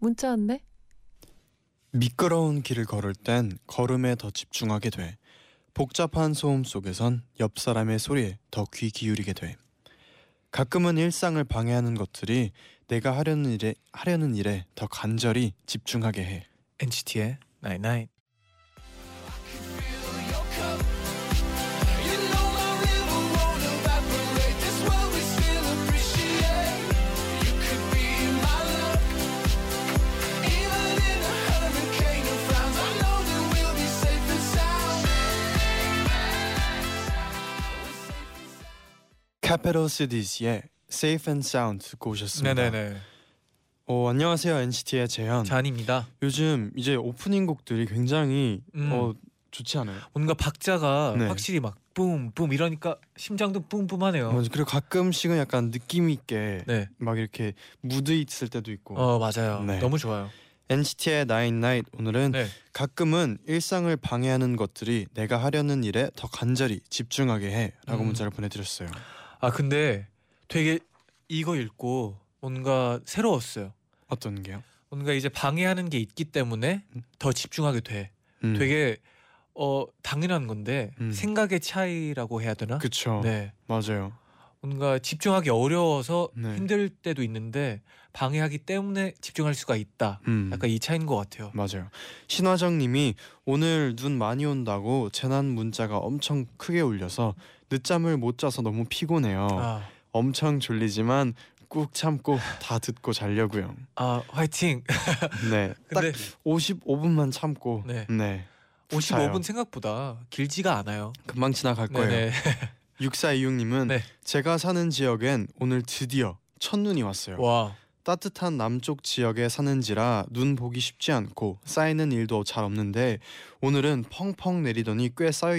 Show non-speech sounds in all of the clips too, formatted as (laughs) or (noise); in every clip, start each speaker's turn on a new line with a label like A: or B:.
A: 문자 왔네.
B: 미끄러운 길을 걸을 땐 걸음에 더 집중하게 돼. 복잡한 소음 속에선 옆 사람의 소리에 더 귀 기울이게 돼. 가끔은 일상을 방해하는 것들이 내가 하려는 일에 하려는 일에 더 간절히 집중하게 해.
C: NCT의 Night Night.
D: You know my river won't evaporate. That's why we still appreciate. You could be my luck, even in a hurricane of frowns. I know that we'll be safe and sound.
B: 카페로스디스의 Safe and Sound 듣고 오셨습니다.
C: 네네네.
B: 어, 안녕하세요 NCT의 재현.
C: 잔입니다.
B: 요즘 이제 오프닝 곡들이 굉장히
C: 음.
B: 어, 좋지 않아요?
C: 뭔가 박자가
B: 네.
C: 확실히 막 뿜뿜 이러니까 심장도 뿜뿜하네요.
B: 어, 그리고 가끔씩은 약간 느낌 있게
C: 네.
B: 막 이렇게 무드 있을 때도 있고.
C: 어 맞아요.
B: 네.
C: 너무 좋아요.
B: NCT의 나인 나잇 오늘은
C: 네.
B: 가끔은 일상을 방해하는 것들이 내가 하려는 일에 더 간절히 집중하게 해라고
C: 음.
B: 문자를 보내드렸어요.
C: 아 근데 되게 이거 읽고 뭔가 새로웠어요.
B: 어떤 게요?
C: 뭔가 이제 방해하는 게 있기 때문에 더 집중하게 돼.
B: 음.
C: 되게 어 당연한 건데
B: 음.
C: 생각의 차이라고 해야 되나?
B: 그쵸.
C: 네.
B: 맞아요.
C: 뭔가 집중하기 어려워서
B: 네.
C: 힘들 때도 있는데 방해하기 때문에 집중할 수가 있다.
B: 음.
C: 약간 이 차인 것 같아요.
B: 맞아요. 신화정님이 오늘 눈 많이 온다고 재난 문자가 엄청 크게 울려서 늦잠을 못 자서 너무 피곤해요.
C: 아,
B: 엄청 졸리지만 꾹 참고 다 듣고 자려고요.
C: 아 화이팅.
B: 네,
C: (laughs)
B: 딱
C: 근데
B: 55분만 참고
C: 네.
B: 네,
C: 55분 생각보다 길지가 않아요.
B: 금방 지나갈 거예요.
C: 네네.
B: 6426님은
C: 네.
B: 제가 사는 지역엔 오늘 드디어 첫눈이 왔어요.
C: 와.
B: 따뜻한 남쪽 지역에 사는지라 눈 보기 쉽지 않고 쌓이는 일도 잘 없는데 오늘은 펑펑 내리더니 꽤 쌓여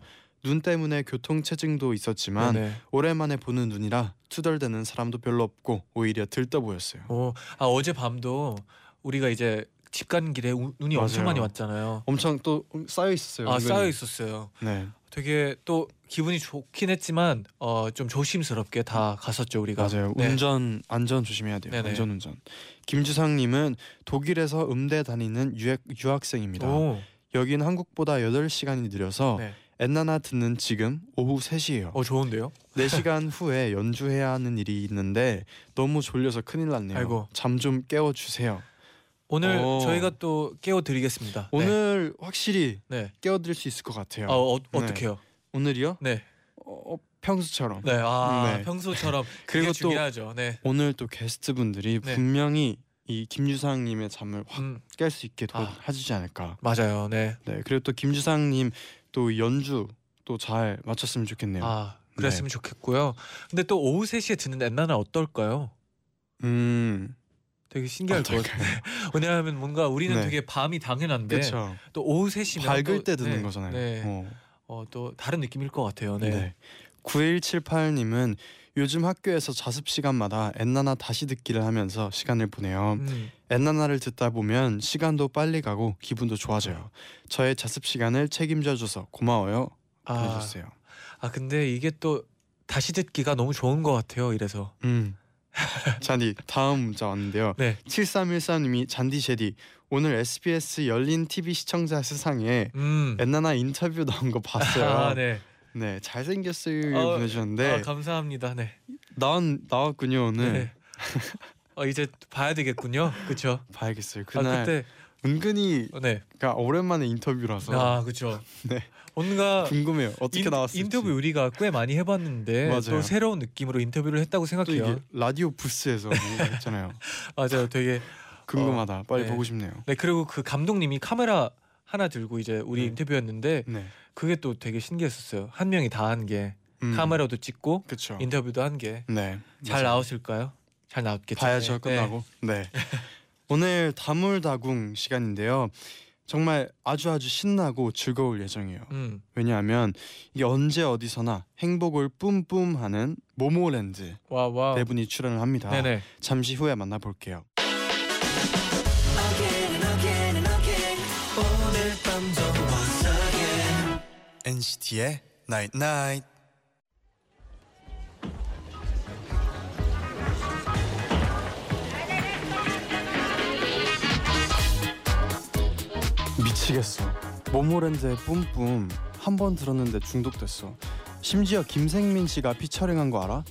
C: 오.
B: 눈 때문에 교통 체증도 있었지만
C: 네네.
B: 오랜만에 보는 눈이라 투덜대는 사람도 별로 없고 오히려 들떠 보였어요.
C: 오. 아 어제 밤도 우리가 이제 집 가는 길에 우- 눈이 엄청
B: 맞아요. 네,
C: 많이 왔잖아요.
B: 엄청 또 쌓여 있었어요.
C: 아
B: 은근히.
C: 쌓여 있었어요.
B: 네,
C: 되게 또 기분이 좋긴 했지만 어 좀 조심스럽게 다 갔었죠 우리가.
B: 맞아요.
C: 네.
B: 운전 안전 조심해야 돼요.
C: 네네.
B: 안전 운전. 김주상님은 독일에서 음대 다니는 유학 유학생입니다.
C: 오.
B: 여긴 한국보다 8시간이 느려서
C: 네.
B: 엔나나 듣는 지금 오후 3시예요.
C: 어 좋은데요?
B: 4시간 후에 연주해야 하는 일이 있는데 너무 졸려서 큰일 났네요.
C: 아이고. 네.
B: 잠 좀 깨워 주세요.
C: 오늘
B: 오.
C: 저희가 또 깨워드리겠습니다.
B: 어. 오늘 확실히
C: 네. 네.
B: 깨워 드릴 수 있을 것 같아요.
C: 아 어, 어떻게요?
B: 오늘이요?
C: 네.
B: 어, 평소처럼.
C: 네. 아
B: 네.
C: 평소처럼 그리고
B: (laughs) 그리고
C: 또
B: 또-
C: 중요하죠. 네.
B: 오늘 또 게스트분들이
C: 네.
B: 분명히 이 김유상 님의 잠을 확
C: 음
B: 깰 수 있게
C: 아.
B: 도와주지 않을까.
C: 맞아요. 네.
B: 네. 그리고 또 김유상 님또 연주 또 잘 마쳤으면 좋겠네요.
C: 아 그랬으면 좋겠고요. 근데 또 오후 3시에 듣는 엔나나 어떨까요?
B: 음.
C: 되게 신기할 것 같아요. (laughs)
B: 어떨까요?
C: 왜냐하면 뭔가 우리는
B: 네.
C: 되게 밤이 당연한데
B: 그렇죠.
C: 또 오후 3시면
B: 밝을
C: 또,
B: 때 듣는
C: 네,
B: 거잖아요.
C: 네.
B: 어.
C: 어, 또 다른 느낌일 것 같아요. 네.
B: 네. 9178님은 요즘 학교에서 자습 시간마다 엔나나 다시 듣기를 하면서 시간을 보내요.
C: 음,
B: 엔나나를 듣다 보면 시간도 빨리 가고 기분도 좋아져요. 저의 자습 시간을 책임져 줘서 고마워요.
C: 아,
B: 보내주세요.
C: 아 근데 이게 또 다시 듣기가 너무 좋은 것 같아요. 이래서
B: 음. (laughs) 잔디 다음 문자 왔는데요.
C: 네.
B: 7314님이 잔디 제디 오늘 SBS 열린 TV 시청자 세상에
C: 음.
B: 엔나나 인터뷰 나온 거 봤어요.
C: 아,
B: 네.
C: 네.
B: 잘생겼어요
C: 어,
B: 보내주셨는데
C: 아, 감사합니다. 네.
B: 나온 나왔군요 오늘.
C: 네. 어 이제 봐야 되겠군요. 그렇죠.
B: 봐야겠어요.
C: 아
B: 그날
C: 그때
B: 은근히
C: 어, 네.
B: 그러니까 오랜만에 인터뷰라서
C: 아 그렇죠.
B: 어. 네.
C: 뭔가
B: 궁금해요. 어떻게
C: 인-
B: 나왔을지.
C: 인터뷰 우리가 꽤 많이 해봤는데
B: 맞아요.
C: 또 새로운 느낌으로 인터뷰를 했다고
B: 또 이게
C: 생각해요.
B: 라디오 부스에서 뭔가
C: (laughs)
B: 했잖아요.
C: 맞아요. 되게
B: 궁금하다. 빨리
C: 네.
B: 보고 싶네요.
C: 네 그리고 그 감독님이 카메라 하나 들고 이제 우리
B: 네.
C: 인터뷰였는데
B: 네. 그게
C: 그게 또 되게 신기했었어요. 한 명이 다 한 게 카메라도 찍고
B: 그쵸.
C: 인터뷰도 한 게 잘
B: 네. 음. 어. 맞아요.
C: 나왔을까요? 잘 나왔겠죠.
B: 봐야죠
C: 네. (laughs)
B: 끝나고. 네. 오늘 다물다궁 시간인데요. 정말 아주 아주 신나고 즐거울 예정이에요.
C: 음.
B: 왜냐하면 이게 언제 어디서나 행복을 뿜뿜하는 모모랜드
C: 와 와.
B: 네 분이 출연을 합니다.
C: 아. 네네.
B: 잠시 후에 만나볼게요.
A: NCT의 Night Night.
B: 미치겠어. 모모랜드의 뿜뿜 한 번 들었는데 중독됐어. 심지어 김생민 씨가 피처링한 거 알아?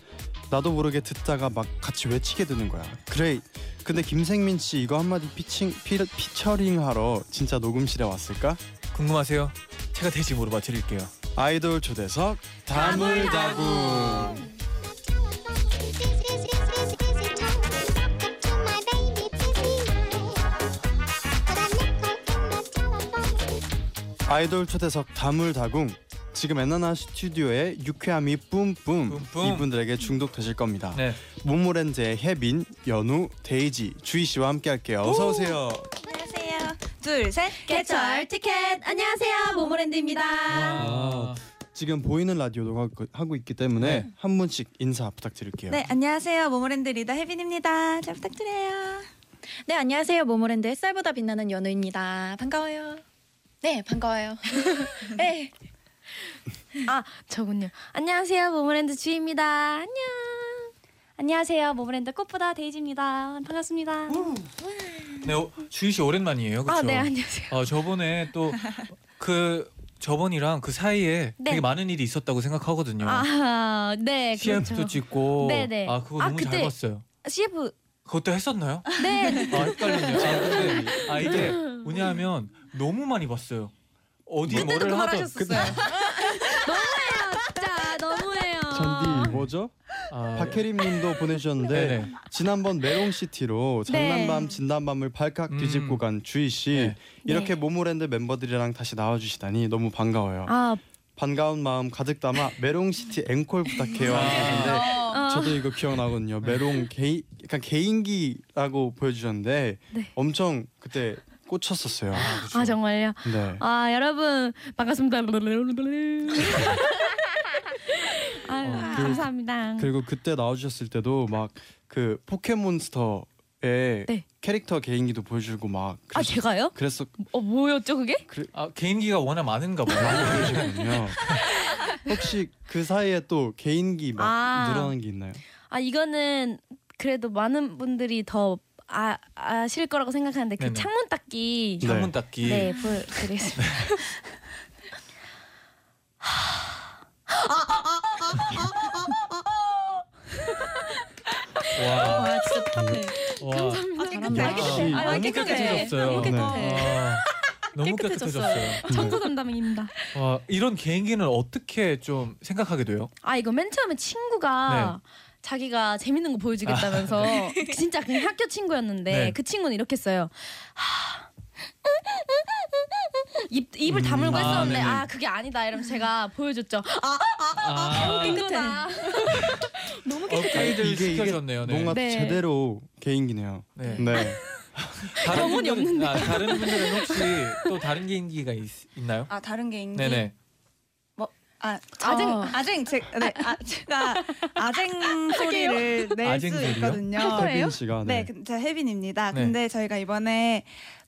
B: 나도 모르게 듣다가 막 같이 외치게 되는 거야. 그래. 근데 김생민 씨 이거 한마디 피칭 피, 피처링 하러 진짜 녹음실에 왔을까?
C: 궁금하세요? 제가 대신 물어봐 드릴게요.
B: 아이돌 초대석 다물다궁. 아이돌 초대석 다물다궁. 지금 엔나나 스튜디오의 유쾌함이 뿜뿜
C: 뿜뿜.
B: 이분들에게 중독되실 겁니다.
C: 네.
B: 모모랜드의 혜빈, 연우, 데이지, 주희 씨와 함께 할게요. 어서 오세요.
E: 안녕하세요. 둘, 셋. 개철 티켓. 안녕하세요. 모모랜드입니다.
C: 아.
B: 지금 보이는 라디오도 하고- 하고 있기 때문에 한 분씩 인사 부탁드릴게요.
E: 네, 안녕하세요. 모모랜드 리더 혜빈입니다. 잘 부탁드려요.
F: 네 안녕하세요 모모랜드 햇살보다 빛나는 연우입니다 반가워요 네 반가워요 (laughs) 네. 아 저군요 안녕하세요 모모랜드 주희입니다 안녕 안녕하세요 모모랜드 꽃보다 데이지입니다 반갑습니다 음,
C: 네. 어, 주희 씨 오랜만이에요. 그렇죠?
F: 아네 안녕하세요
C: 어 저번에 또 그 저번이랑 그 사이에
F: 네. 아,
C: 되게 많은 일이 있었다고 생각하거든요.
F: 아네 그렇죠.
C: CF도 찍고
F: 네네.
C: 아 그거
F: 아,
C: 너무 잘
F: 그때-
C: 봤어요.
F: CF
C: 그것도 했었나요?
F: 네
C: 아 헷갈리네요. 아, 근데, 아 이게 뭐냐면 너무 많이 봤어요. 어디 뭐를
E: 그말
C: 하던
E: 하셨었어요.
F: 진짜 너무해요
B: 잔디 뭐죠?
C: 아, (laughs)
B: 박혜림님도 보내주셨는데
C: 네네.
B: 지난번 메롱시티로
F: 네.
B: 장난밤 진단밤을 발칵
C: 음.
B: 뒤집고 간 주희 씨
C: 네.
B: 이렇게
F: 네.
B: 모모랜드 멤버들이랑 다시 나와주시다니 너무 반가워요.
F: 아
B: 반가운 마음 가득 담아 메롱시티 앵콜 부탁해요.
C: 아. 네.
B: 하셨는데
F: 어.
B: 저도 이거 기억나거든요. 메롱 개인 약간 개인기라고 보여주셨는데
F: 네.
B: 엄청 그때 꽂혔었어요.
F: 아 정말요
B: 네.
F: 아 여러분 반갑습니다. 아유,
C: 어,
F: 감사합니다.
B: 그리고 그때 나와주셨을 때도 막 그 포켓몬스터의
F: 네.
B: 캐릭터 개인기도 보여주고 막
F: 아
B: 그랬었,
F: 제가요?
B: 그랬었
F: 어 뭐였죠 그게?
C: 아 개인기가 워낙 많은가 봐요.
B: 많이
F: (laughs)
B: 보여주거든요. 혹시 그 사이에 또 개인기 막
F: 아.
B: 늘어난 게 있나요?
F: 아 이거는 그래도 많은 분들이 더 아, 아실 거라고 생각하는데 그
C: 네네.
F: 창문 닦기
B: 네.
C: 창문 닦기.
F: 네 보여드리겠습니다.
C: 와.
F: 아 진짜 네.
C: 와.
E: 아, 깨끗해.
F: 아, 깨끗해.
B: 아,
F: 아
C: 너무 깨끗해졌어요.
F: 너무
C: (laughs)
F: 깨끗해. 음.
C: 아, 너무 깨끗해졌어요.
F: 청소 담당입니다.
C: 와, 이런 개인기는 어떻게 좀 생각하게 돼요?
F: 아 이거 맨 처음에 친구가 자기가 재밌는 거 보여주겠다면서 (laughs) 진짜 그 학교 친구였는데
C: 네.
F: 그 친구는 이렇게 써요. 하, 입 입을 다물고
C: 아,
F: 했었는데
C: 네네.
F: 아, 그게 아니다 이러면 서 제가 보여줬죠. 어,
C: 아,
F: 깨끗해. 너무 깨끗해.
C: 업그레이드를
B: 이게- 이게
C: 아, 어, 시켜줬네요. 네.
B: 뭔가
F: 네.
B: 제대로 개인기네요.
C: 네.
B: 네.
C: 다른
F: 영혼이
C: 분들은-
F: 없는데.
C: 아, 다른 분들은 혹시 또 다른 개인기가 있, 있나요?
E: 아, 다른 개인기.
C: 네네.
E: 아, 아쟁
F: 어.
E: 아쟁 제, 네, 아, 제가
F: (laughs)
E: 아쟁 소리를 낼
C: 아쟁
E: 수
C: 소리요?
E: 있거든요.
B: 혜빈 씨가
E: 네,
B: 네.
E: 그- 저 혜빈입니다.
C: 네.
E: 근데 저희가 이번에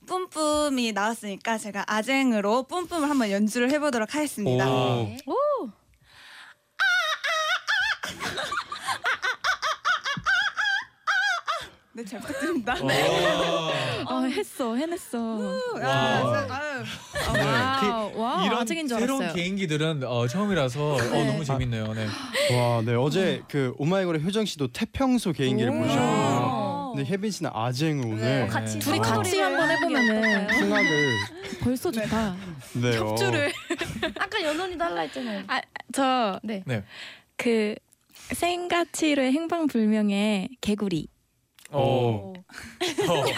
E: 뿜뿜이 나왔으니까 제가 아쟁으로 뿜뿜을 한번 연주를 해보도록 하겠습니다.
C: 아,
B: 오.
F: 오.
E: 네, 잘 부탁드립니다.
B: 어.
C: 와.
F: 어, 음. 했어 해냈어.
E: 아,
C: 와.
E: 진짜, 아유.
F: 와우 와우
C: 이런
F: 아직인 줄
C: 새로운
F: 알았어요.
C: 개인기들은 어, 처음이라서 어, 너무 재밌네요. 네.
F: 아.
B: 와, 네
F: 음.
B: 어제 그 오마이걸의 효정 씨도 태평소 개인기를 보여주셨고,
F: 오.
B: 근데 혜빈 씨는 아쟁을 오늘
E: 네.
F: 네. 같이
C: 네.
F: 둘이
B: 아.
F: 같이 한번 해보면은 (laughs)
B: 풍악을
F: 벌써 좋다.
B: 네, 어.
F: 협조를 아까 연원이 달라 했잖아요.
G: 아저
F: 네.
C: 네.
G: 그 생가치로의 행방불명의 개구리
C: 어.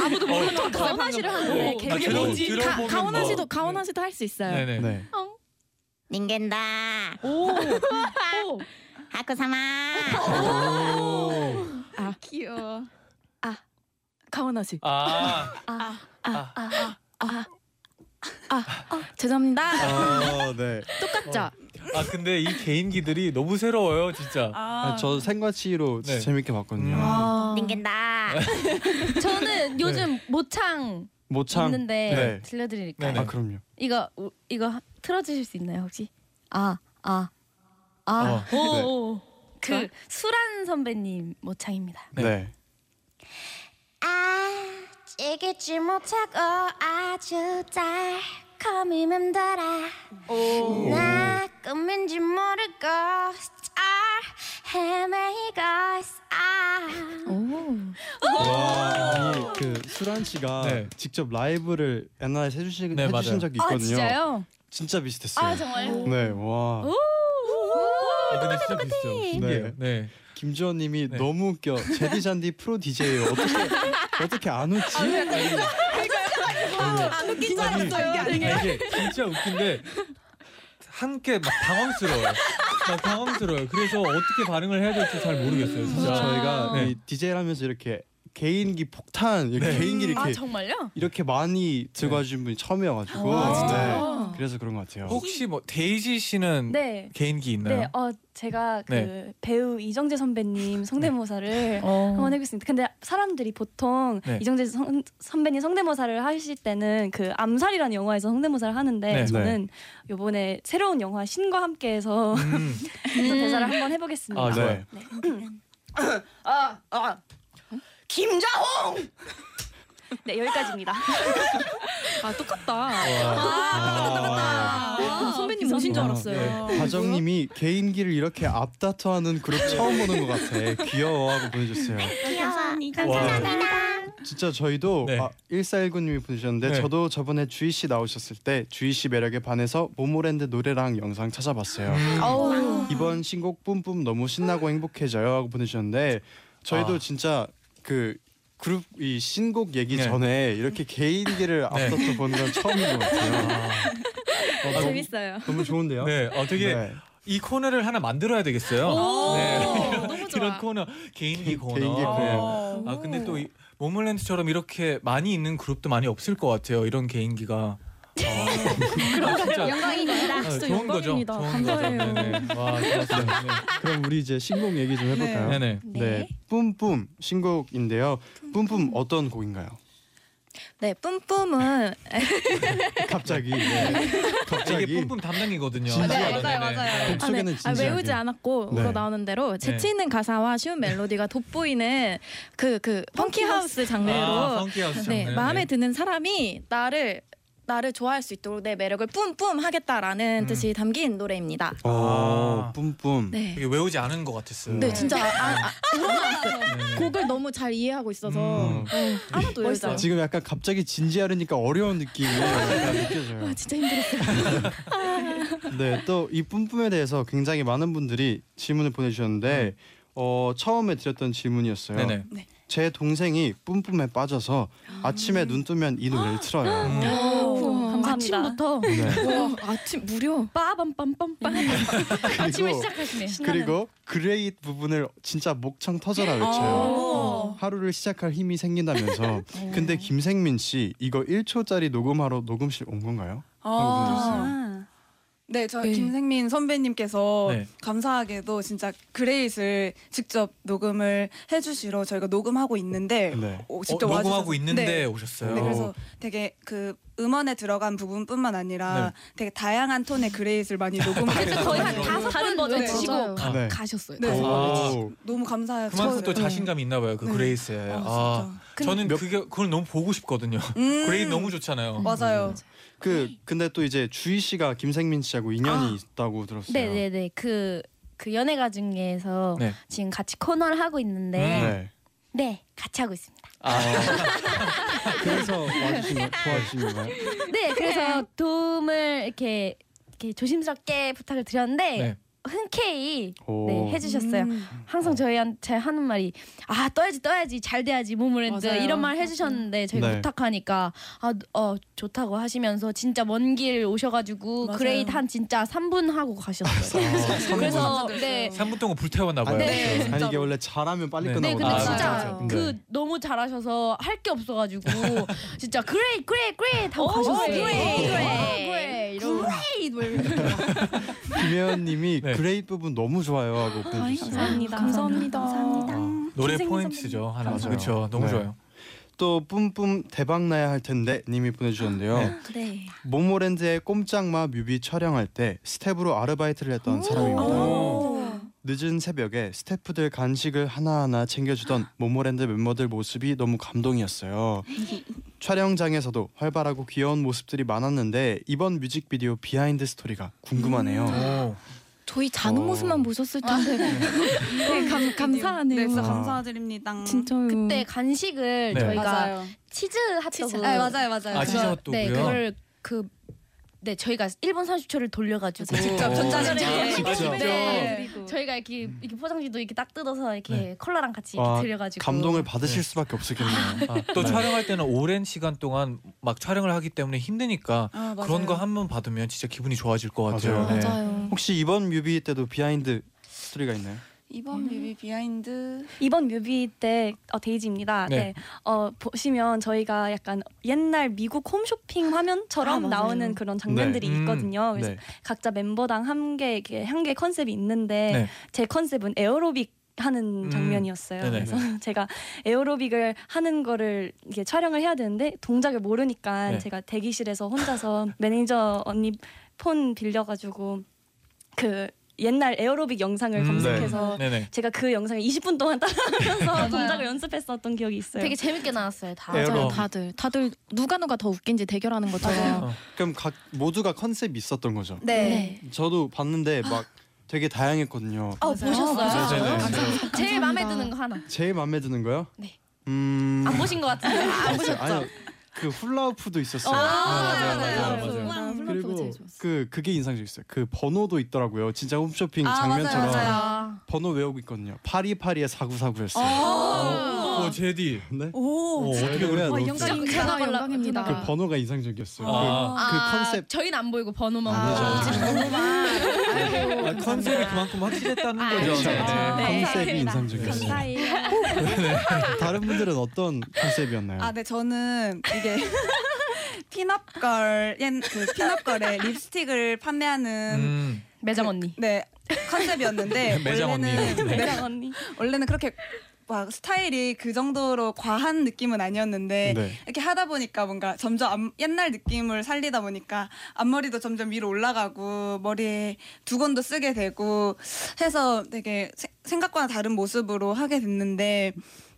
C: 아무도 모르는
F: 또 가오나시를 하는데
C: 아,
F: 개그맨이
C: 들어-
F: 뭔지.
C: 들어보면 뭐-
G: 가오나 씨도 가오나 씨도 할 수 있어요.
C: 네네.
B: 네.
H: 닌겐다
F: 오. 오.
H: 하쿠사마
B: 오.
C: 어.
G: 아,
H: 아,
E: 귀여워.
G: 가원아 씨.
C: 아,
H: 어,
G: 죄송합니다.
B: 아, 네.
G: 똑같죠?
C: 어. 아 근데 이 개인기들이 너무 새로워요 진짜.
B: 아, 저 생과치로
C: 네.
B: 재밌게 봤거든요.
C: 음.
G: 아.
F: 땡긴다. (laughs) 저는 요즘 모창
B: 모창.
F: 있는데
B: 네.
F: 들려드릴까요?
C: 네네.
B: 아 그럼요.
F: 이거 우- 이거 틀어주실 수 있나요 혹시? 아 아 아.
B: 어. 네.
F: 오. 그 수란 선배님 모창입니다.
C: 네.
B: 네.
F: 아 이기지 못하고 아주 달콤히 맴돌아 나 꿈인지 모르고 잘 헤매이고 있어
B: 와, 아니 그 수란 씨가
C: 네.
B: 직접 라이브를 옛날에 해주신
C: 네,
B: 해주신
C: 맞아요.
B: 적이
F: 아
B: 있거든요.
F: 진짜요? 어?
B: 진짜 비슷했어요.
F: 아, 정말?
B: 네, 와.
G: 어,
C: 아, 근데 진짜 비슷해요. 신기해요. 네.
B: 김지원님이
C: 네.
B: 너무 웃겨. 제디 잔디 프로 DJ예요. 어떻게 어떻게 안 웃지?
F: 아, 네,
C: 아니, 이게 진짜 웃긴데 함께 막 당황스러워요. 막 당황스러워요. 그래서 어떻게 반응을 해야 될지 잘 모르겠어요.
B: 그래서
C: 진짜.
F: 와.
B: 저희가
C: 네.
B: 이 DJ라면서 이렇게 개인기 폭탄, 이렇게
C: 네.
B: 개인기를 이렇게
F: 아 정말요?
B: 이렇게 많이 들고 와주신 분이 처음이어가지고
F: 아,
B: 네.
F: 진짜요?
B: 그래서 그런 것 같아요.
C: 혹시 뭐 데이지 씨는
H: 네.
C: 개인기 있나요?
H: 네, 어 제가 그
C: 네.
H: 배우 이정재 선배님 성대모사를
G: 네. 어.
H: 한번 해보겠습니다. 근데 사람들이 보통
C: 네.
H: 이정재 선, 선배님 성대모사를 하실 때는 그 암살이라는 영화에서 성대모사를 하는데
C: 네.
H: 저는 요번에 새로운 영화 신과 함께해서
C: 음.
H: 또 대사를 한번 해보겠습니다.
C: 아,
B: 네.
H: 아, 아. 김자홍. 네 여기까지입니다.
G: 아 똑같다.
F: 아,
G: 선배님 오신 줄 알았어요. 아,
B: 다정님이 네. 개인기를 이렇게 앞다퉈하는 그룹 처음 보는 것 같아. 귀여워하고 보내주세요.
G: 감사합니다.
B: 진짜 저희도
C: 네.
B: 아, 1419님이 보내주셨는데
C: 네.
B: 저도 저번에 주희 씨 나오셨을 때 주희 씨 매력에 반해서 모모랜드 노래랑 영상 찾아봤어요.
F: 어우.
B: 이번 신곡 뿜뿜 너무 신나고 행복해져요 하고 보내주셨는데 저희도
C: 아.
B: 진짜 그 그룹 이 신곡 얘기
C: 네.
B: 전에 이렇게 개인기를 앞서서 보는 건 처음인 것 같아요. 어, 너무-
G: 재밌어요.
B: 너무 좋은데요?
C: 네, 어, 되게
B: 네.
C: 이 코너를 하나 만들어야 되겠어요.
G: 오,
C: 네. (laughs)
G: 너무
C: 이런
G: 좋아.
C: 코너 개인기 코너.
B: 개인기 코너.
C: 아 근데 또 이, 모멀랜드처럼 이렇게 많이 있는 그룹도 많이 없을 것 같아요. 이런 개인기가. 그런 진짜
F: 영광입니다.
C: 아,
G: 진짜
C: 좋은 거죠. 좋은
G: 영광입니다. 감사해요.
C: 거죠. 네네. 와 좋았어요.
B: 그럼 우리 이제 신곡 얘기 좀 해볼까요?
C: 네. 네네.
B: 네. 뿜뿜 신곡인데요. 뿜뿜 어떤 곡인가요?
G: 네, 뿜뿜은 네.
B: 갑자기 네.
C: 이게
B: 갑자기
C: 뿜뿜 담당이거든요.
B: 진지하다.
C: 네네.
F: 맞아요, 맞아요.
B: 곡 소개는
G: 아,
B: 진지하게.
G: 외우지 않았고
B: 네.
G: 우러 나오는 대로 재치 있는 가사와 쉬운 멜로디가 돋보이는 그 그 펑키 하우스 장르로
C: 아, 펑키하우스
G: 네,
C: 장르.
G: 마음에 드는 사람이 나를 나를 좋아할 수 있도록 내 매력을 뿜뿜 하겠다라는
C: 음.
G: 뜻이 담긴 노래입니다.
B: 아, 뿜뿜.
G: 네.
C: 되게 외우지 않은 것 같았어요.
G: 네, 진짜 아, 아, 우러나왔어요.
C: 네네.
G: 곡을 너무 잘 이해하고 있어서
C: 음.
G: 음, 아무도 외우지 않았어요.
B: 지금 약간 갑자기 진지하려니까 어려운 느낌이 약간 느껴져요.
G: 아, 진짜 힘들었어요.
B: 네, 또 이 뿜뿜에 대해서 굉장히 많은 분들이 질문을 보내주셨는데 어, 처음에 드렸던 질문이었어요.
C: 네네.
B: 제 동생이 뿜뿜에 빠져서 아침에 눈 뜨면 이 노래를 틀어요.
C: 음.
F: 우와.
H: 감사합니다.
F: 아침부터
B: 네.
G: 와, 어, 아침 무료.
F: 빠밤빰빰빰 아침을
B: 그리고-
F: 시작하시네.
B: 그리고 그레이 부분을 진짜 목청 터져라 외쳐요.
E: 아.
G: 오.
B: 하루를 시작할 힘이 생긴다면서. 근데 김생민 씨 이거 1초짜리 녹음하러 녹음실 온 건가요?
E: 아. 네, 저
G: 네.
E: 김생민 선배님께서
C: 네.
E: 감사하게도 진짜 그레이스를 직접 녹음을 해주시러 저희가 녹음하고 있는데
B: 네.
E: 오,
C: 어,
E: 직접
C: 녹음하고
E: 와주셔서-
C: 있는데
E: 네.
C: 오셨어요.
E: 네, 그래서 되게 그 음원에 들어간 부분뿐만
C: 네.
E: 아니라 되게 다양한 톤의 그레이스를 많이
C: (laughs)
E: 녹음해서
F: 거의 한
E: 을
F: 다섯 번
E: 네,
F: 외치고
G: 맞아요.
C: 아,
B: 네.
F: 가셨어요.
E: 네.
B: 오.
E: 너무 감사해요.
C: 그만큼
E: 저-
C: 또 자신감이 있나 봐요. 그
E: 네.
C: 그레이스에.
E: 네. 어,
C: 아,
E: 진짜.
C: 저는 그게 그걸 너무 보고 싶거든요. (laughs)
E: 음,
C: 그레이 너무 좋잖아요. 음.
E: 맞아요.
B: 그 근데 또 이제 주희 씨가 김생민 씨하고 인연이 있다고 들었어요.
F: 네네네 그. 그 연예가 중에서
C: 네.
F: 지금 같이 코너를 하고 있는데
B: 네.
F: 네 같이 하고 있습니다.
B: 그래서 와주신 거 도와주신 건가요?
F: 네 그래서 도움을 이렇게, 이렇게 조심스럽게 부탁을 드렸는데
C: 네.
F: 흔쾌히
B: 오.
F: 네, 해주셨어요.
E: 음.
F: 항상 저희한테 하는 말이 아 떠야지 떠야지 잘 돼야지 모모랜드
G: 맞아요.
F: 이런 말 해주셨는데 저희
B: 네.
F: 부탁하니까 아어 좋다고 하시면서 진짜 먼 길 오셔가지고
E: 맞아요.
F: 그레이드 한 진짜 3분 하고 가셨어요. 그래서 네.
C: 3분 동안 불태웠나
B: 아니,
C: 봐요.
F: 네,
B: 아니, 이게
F: 진짜로.
B: 원래 잘하면 빨리
C: 네.
F: 네,
B: 끝나거든요.
F: 근데
C: 아,
F: 진짜
C: 맞아요.
B: 네.
F: 그 너무 잘하셔서 할 게 없어가지고 진짜 그레이 그레이 그레이 하고 가셨어요. 네.
G: 그레이, 그레이.
F: 그레이 이러고.
B: 김혜연님이
C: 네.
B: 그레이드 부분 너무 좋아요 하고 보내주셨어요.
H: 감사합니다. 감사합니다.
C: 아, 노래
H: 선생님,
C: 포인트죠 하나.
B: 맞아요.
C: 그렇죠. 너무
B: 네.
C: 좋아요.
B: 또 뿜뿜 대박 나야 할 텐데 님이 보내주셨는데요.
H: 아, 네.
F: 그래.
B: 모모랜드의 꼼짝마 뮤비 촬영할 때 스텝으로 아르바이트를 했던 사람입니다.
C: 오.
B: 늦은 새벽에 스태프들 간식을 하나하나 챙겨주던 모모랜드 멤버들 모습이 너무 감동이었어요. 촬영장에서도 활발하고 귀여운 모습들이 많았는데 이번 뮤직비디오 비하인드 스토리가
H: 음.
B: 궁금하네요.
C: 오.
G: 저희 자는
B: 어.
G: 모습만 보셨을
F: 아,
G: 텐데
F: 네.
G: 되게 네, 감, 감사하네요.
E: 네, 진짜
B: 아.
E: 감사드립니다.
G: 진짜요.
F: 그때 간식을
C: 네.
F: 저희가
E: 맞아요.
F: 치즈 핫도그.
E: 네, 맞아요, 맞아요.
C: 아, 진짜
F: 그거- 네,
C: 핫도그요?
F: 그걸 그 네, 저희가 1분 30초를 돌려가지고
E: 직접
C: 오.
E: 전자레인지
F: 네.
C: 직접.
F: 네.
E: 그리고
F: 저희가 이렇게 이렇게 포장지도 이렇게 딱 뜯어서 이렇게
C: 네.
F: 콜라랑 같이
B: 와,
F: 이렇게 드려가지고
B: 감동을 받으실
C: 네.
B: 수밖에 없었겠네요.
C: 아, 또
B: 네.
C: 촬영할 때는 오랜 시간 동안 막 촬영을 하기 때문에 힘드니까
E: 아, 맞아요.
C: 그런 거 한 번 받으면 진짜 기분이 좋아질 것 같아요.
B: 맞아요.
C: 네.
G: 맞아요.
B: 혹시 이번 뮤비 때도 비하인드 스토리가 있나요?
E: 이번 뮤비 비하인드
H: 이번 뮤비 때 어, 데이지입니다.
C: 네.
H: 네. 어, 보시면 저희가 약간 옛날 미국 홈쇼핑
G: 아,
H: 화면처럼
G: 맞아요.
H: 나오는 그런 장면들이
C: 네. 음,
H: 어, 있거든요. 그래서
B: 네.
H: 각자 멤버당 한 개, 이렇게 한 개 컨셉이 있는데
C: 네.
H: 제 컨셉은 에어로빅 하는
C: 음,
H: 장면이었어요.
C: 네네.
H: 그래서 (laughs) 제가 에어로빅을 하는 거를 이게 촬영을 해야 되는데 동작을 모르니까
C: 네.
H: 제가 대기실에서 혼자서 (laughs) 매니저 언니 폰 빌려가지고 그 옛날 에어로빅 영상을
C: 음,
H: 검색해서
C: 네네.
H: 제가 그 영상을 20분 동안 따라하면서
F: 맞아요.
H: 동작을 연습했었던 기억이 있어요.
F: 되게 재밌게 나왔어요 다.
B: 에어로-
G: 맞아요. 다들 다들 누가 누가 더 웃긴지 대결하는 것처럼.
B: 그럼 각 모두가 컨셉이 있었던 거죠.
E: 네.
B: 저도 봤는데 막 되게 다양했거든요.
F: 아 보셨어요?
B: 네, 네, 네.
G: 감사합니다.
F: 제일 마음에 드는 거 하나.
B: 제일 마음에 드는 거요?
F: 네.
B: 음.
F: 안 보신 것 같은데 안
B: 있어요.
F: 보셨죠?
B: 아니, 그 훌라후프도 있었어요.
C: 맞아요, 맞아요, 맞아요.
B: 그리고 그 그게 인상적이었어요. 그 번호도 있더라고요. 진짜
C: 그
B: 홈쇼핑
E: 아, 맞아요,
B: 장면처럼
E: 맞아요.
B: 번호 외우고 있거든요. 파리파리의 사구사구였어요.
C: 오, 오, 제디.
B: 네.
C: 오, 어떻게
B: 제대로
C: 그래?
B: 해놓지?
F: 영광-
G: 제가 영광입니다.
B: 그 번호가 인상적이었어요.
C: 아.
B: 그, 그 컨셉
F: 저희는 안 보이고 번호만
B: 아,
F: 보고
B: 맞아요.
F: 지금 번호만
C: 아, 컨셉이 그만큼 확실했다는 거죠.
B: 그렇죠.
C: 네.
B: 컨셉이
E: 감사합니다.
B: 인상적이었어요. 다른 분들은 어떤 컨셉이었나요?
E: 아, 네, 저는 이게 (laughs) 핀업걸 옛그 핀업걸에 립스틱을 판매하는
C: 음,
F: 매장 언니.
E: 네 컨셉이었는데
C: (laughs) 매장 언니.
E: 원래는
C: 네.
E: 매장 언니 원래는 그렇게 막 스타일이 그 정도로 과한 느낌은 아니었는데
B: 네.
E: 이렇게 하다 보니까 뭔가 점점 앞- 옛날 느낌을 살리다 보니까 앞머리도 점점 위로 올라가고 머리에 두건도 쓰게 되고 해서 되게 세- 생각과 다른 모습으로 하게 됐는데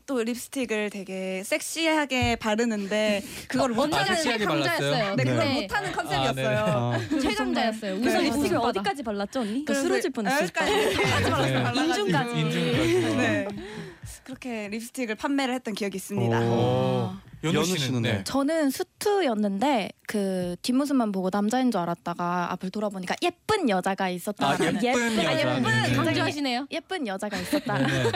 E: 또 립스틱을 되게 섹시하게 바르는데 그걸
C: 아,
E: 못하는
C: 섹시하게 발랐어요?
F: 강자였어요.
E: 네, 그걸
F: 네.
E: 못하는
C: 아,
E: 컨셉이었어요.
B: 아,
F: 최강자였어요.
E: 네.
H: 우선
F: 우선
H: 립스틱을
F: 입술을 어디
H: 어디까지 발랐죠 언니? 그
E: 그래서
H: 쓰러질 뻔했을 거
E: 여기까지 이렇게 발라가지고.
C: 네. 인중까지.
E: 네. 그렇게 립스틱을 판매를 했던 기억이 있습니다.
B: 오.
C: 아, 연우 씨는 네.
G: 저는 수트였는데 그 뒷모습만 보고 남자인 줄 알았다가 앞을 돌아보니까 예쁜 여자가
C: 아,
G: 있었다라는
C: 예쁜
G: 아,
C: 여자.
G: 예쁜
C: 네, 네.
F: 강조하시네요.
G: 예쁜 여자가 있었다.
C: 네, 네.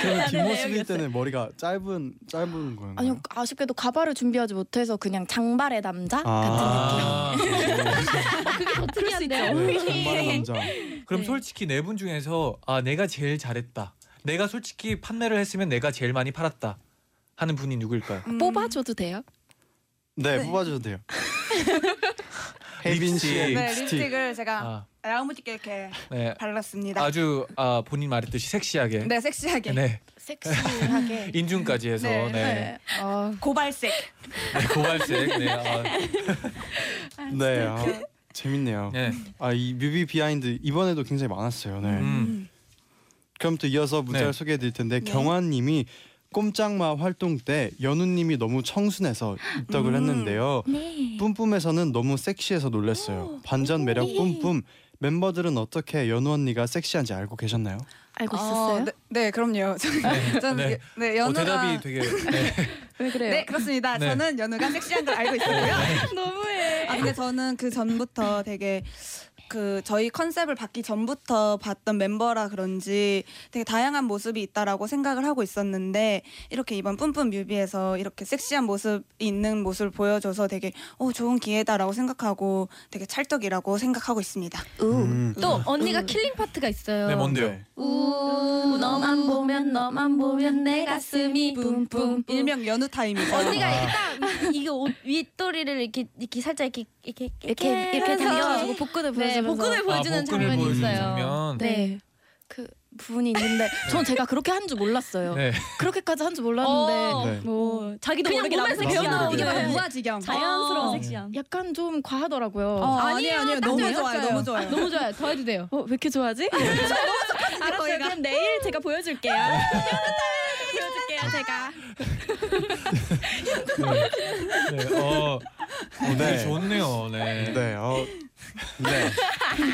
B: 그러면 뒷모습일 때는 머리가 짧은 짧은 거였나요?
G: 아니요 아쉽게도 가발을 준비하지 못해서 그냥 장발의 남자
C: 아,
B: 아.
F: 그게
G: 아,
F: 더 특이한데요.
B: 네, 정말 남자.
C: 그럼
F: 네.
C: 솔직히 네 분 중에서 아 내가 제일 잘했다. 내가 솔직히 판매를 했으면 내가 제일 많이 팔았다 하는 분이 누구일까요?
E: 음.
G: 뽑아줘도 돼요?
B: 네, 뽑아줘도 (laughs) 돼요. 혜빈 씨의
E: 네,
B: 립스틱.
E: 립스틱을 제가
C: 아,
E: 야무지게 이렇게
C: 네.
E: 발랐습니다.
C: 아주 아, 본인 말했듯이 섹시하게.
E: 네, 섹시하게.
C: 네.
G: (laughs) 섹시하게.
C: 인중까지 해서
E: 네,
C: 네. 네.
G: 어,
E: 고발색.
C: 고발색. 네. 아,
B: 네, 아, 재밌네요.
C: 네.
B: 아, 이 뮤비 비하인드 이번에도 굉장히 많았어요. 네.
C: 음.
B: 그럼 또 이어서 문자를 소개해 드릴 텐데 경환 님이 꼼짝마 활동 때 연우 님이 너무 청순해서 입덕을
E: 음.
B: 했는데요. 네. 뿜뿜에서는 너무 섹시해서 놀랐어요. 반전 매력 뿜뿜. 멤버들은 어떻게 연우 언니가 섹시한지 알고 계셨나요?
G: 알고
E: 어,
G: 있었어요?
E: 네, 네, 그럼요. 저는 (laughs)
C: 네.
E: 저는
C: 네.
E: 네,
C: 어,
E: 연우가
C: 대답이 되게 네.
G: 왜 그래요?
E: 네, 그렇습니다.
C: 네.
E: 저는 (laughs) 연우가 섹시한 걸 알고 있었고요. 너무해. 아, 근데 저는 그 전부터 되게 그 저희 컨셉을 받기 전부터 봤던 멤버라 그런지 되게 다양한 모습이 있다라고 생각을 하고 있었는데 이렇게 이번 뿜뿜 뮤비에서 이렇게 섹시한 모습이 있는 모습을 보여줘서 되게 어 좋은 기회다라고 생각하고 되게 찰떡이라고 생각하고 있습니다.
B: 음.
F: 또 언니가 킬링 파트가 있어요.
C: 네, 뭔데요?
F: 우 너만 보면 너만 보면 내 가슴이 붐붐
E: 일명 연우 타임이죠. 어.
F: 언니가
G: 아.
F: 딱 이게 옷 윗도리를 이렇게 이렇게 살짝 이렇게 이렇게
G: 이렇게 이렇게
F: 해서
G: 당겨가지고 복근을
F: 네,
G: 보여주면서
F: 복근을 보여주는
C: 아, 복근을
F: 장면이
C: 보여주는
F: 있어요.
C: 장면.
G: 네. 그 부분이 있는데 저는 제가 그렇게 한 줄 몰랐어요.
C: 네.
G: 그렇게까지 한 줄
F: 어,
G: 몰랐는데
B: 네.
G: 뭐 자기도
F: 그냥
G: 모르게
F: 몸에서
G: 남자가
F: 기어나오게
G: 나오게
F: 네.
E: 무아지경.
F: 어.
H: 자연스러운 섹시함.
G: 약간 좀 과하더라고요.
E: 어,
G: 아,
E: 아니에요, 아니에요.
F: 딱
E: 너무
F: 좋아요,
E: 좋아요,
F: 딱
E: 너무 좋아요.
F: 너무 좋아요. 더 해도 돼요.
H: 어, 왜 이렇게 좋아하지? 알았어요.
E: 거기가.
H: 그럼 내일 제가 보여줄게요. 보여줄게요, 제가.
C: 네. 어, 어, 되게 좋네요. 네.
B: 네. 어. 네.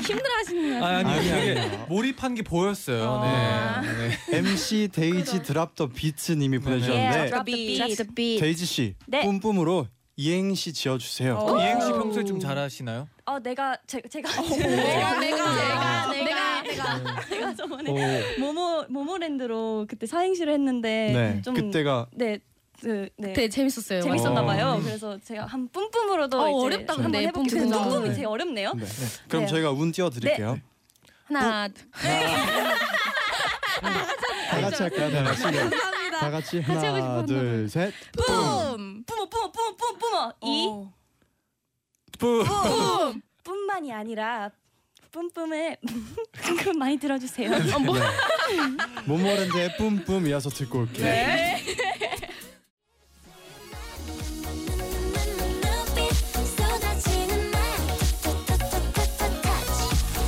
F: 힘들어하시는 거
C: 아, 아니,
B: 아니,
C: 되게
B: 아니요.
C: 몰입한 게 보였어요.
F: 아.
C: 네. 네.
B: MC 데이지 드랍 더 비트 님이
H: 예,
B: 보내주셨는데
H: drop the beat.
G: Just a bit.
B: 데이지 씨
H: 네.
B: 뿜뿜으로 이행시 지어 주세요.
E: 어.
C: 이행시 평소에 좀 잘하시나요?
H: 어, 내가 제, 제가
B: 어,
E: 내가
F: 내가,
H: 내가
F: 내가,
H: 제가 저번에
B: 어.
C: 오.
H: 모모 모모랜드로 그때 사행시를 했는데
B: 네.
H: 좀
B: 그때가
H: 네. 그, 네.
F: 그때 재밌었어요.
H: 재밌었나
B: 어.
H: 봐요. 그래서 제가 한 뿜뿜으로도
F: 어,
H: 이제
F: 어렵다,
H: 한번
F: 근데
H: 해볼게요.
F: 뿜뿜.
H: 근데 뿜뿜이
B: 네.
H: 제일 어렵네요.
B: 네. 그럼
H: 네.
B: 저희가 운 띄워 드릴게요.
F: 하나,
B: 다 같이 할까요? 다 같이.
E: 감사합니다.
B: 다 같이
F: 같이 하고 싶어,
B: 하나,
F: 하나,
B: 둘, 셋.
E: 음.
G: 뿜.
H: 뿜어 뿜어 뿜어 뿜어 뿜어 이
E: 어.
C: 뿌.
F: 음.
H: 뿐만이 아니라 (laughs) 뿜뿜을 조금 많이 들어주세요.
B: 네. 모모랜드의 뿜뿜 이어서 듣고 올게요.
I: 눈빛 쏟아지는 말 톡톡톡톡톡까지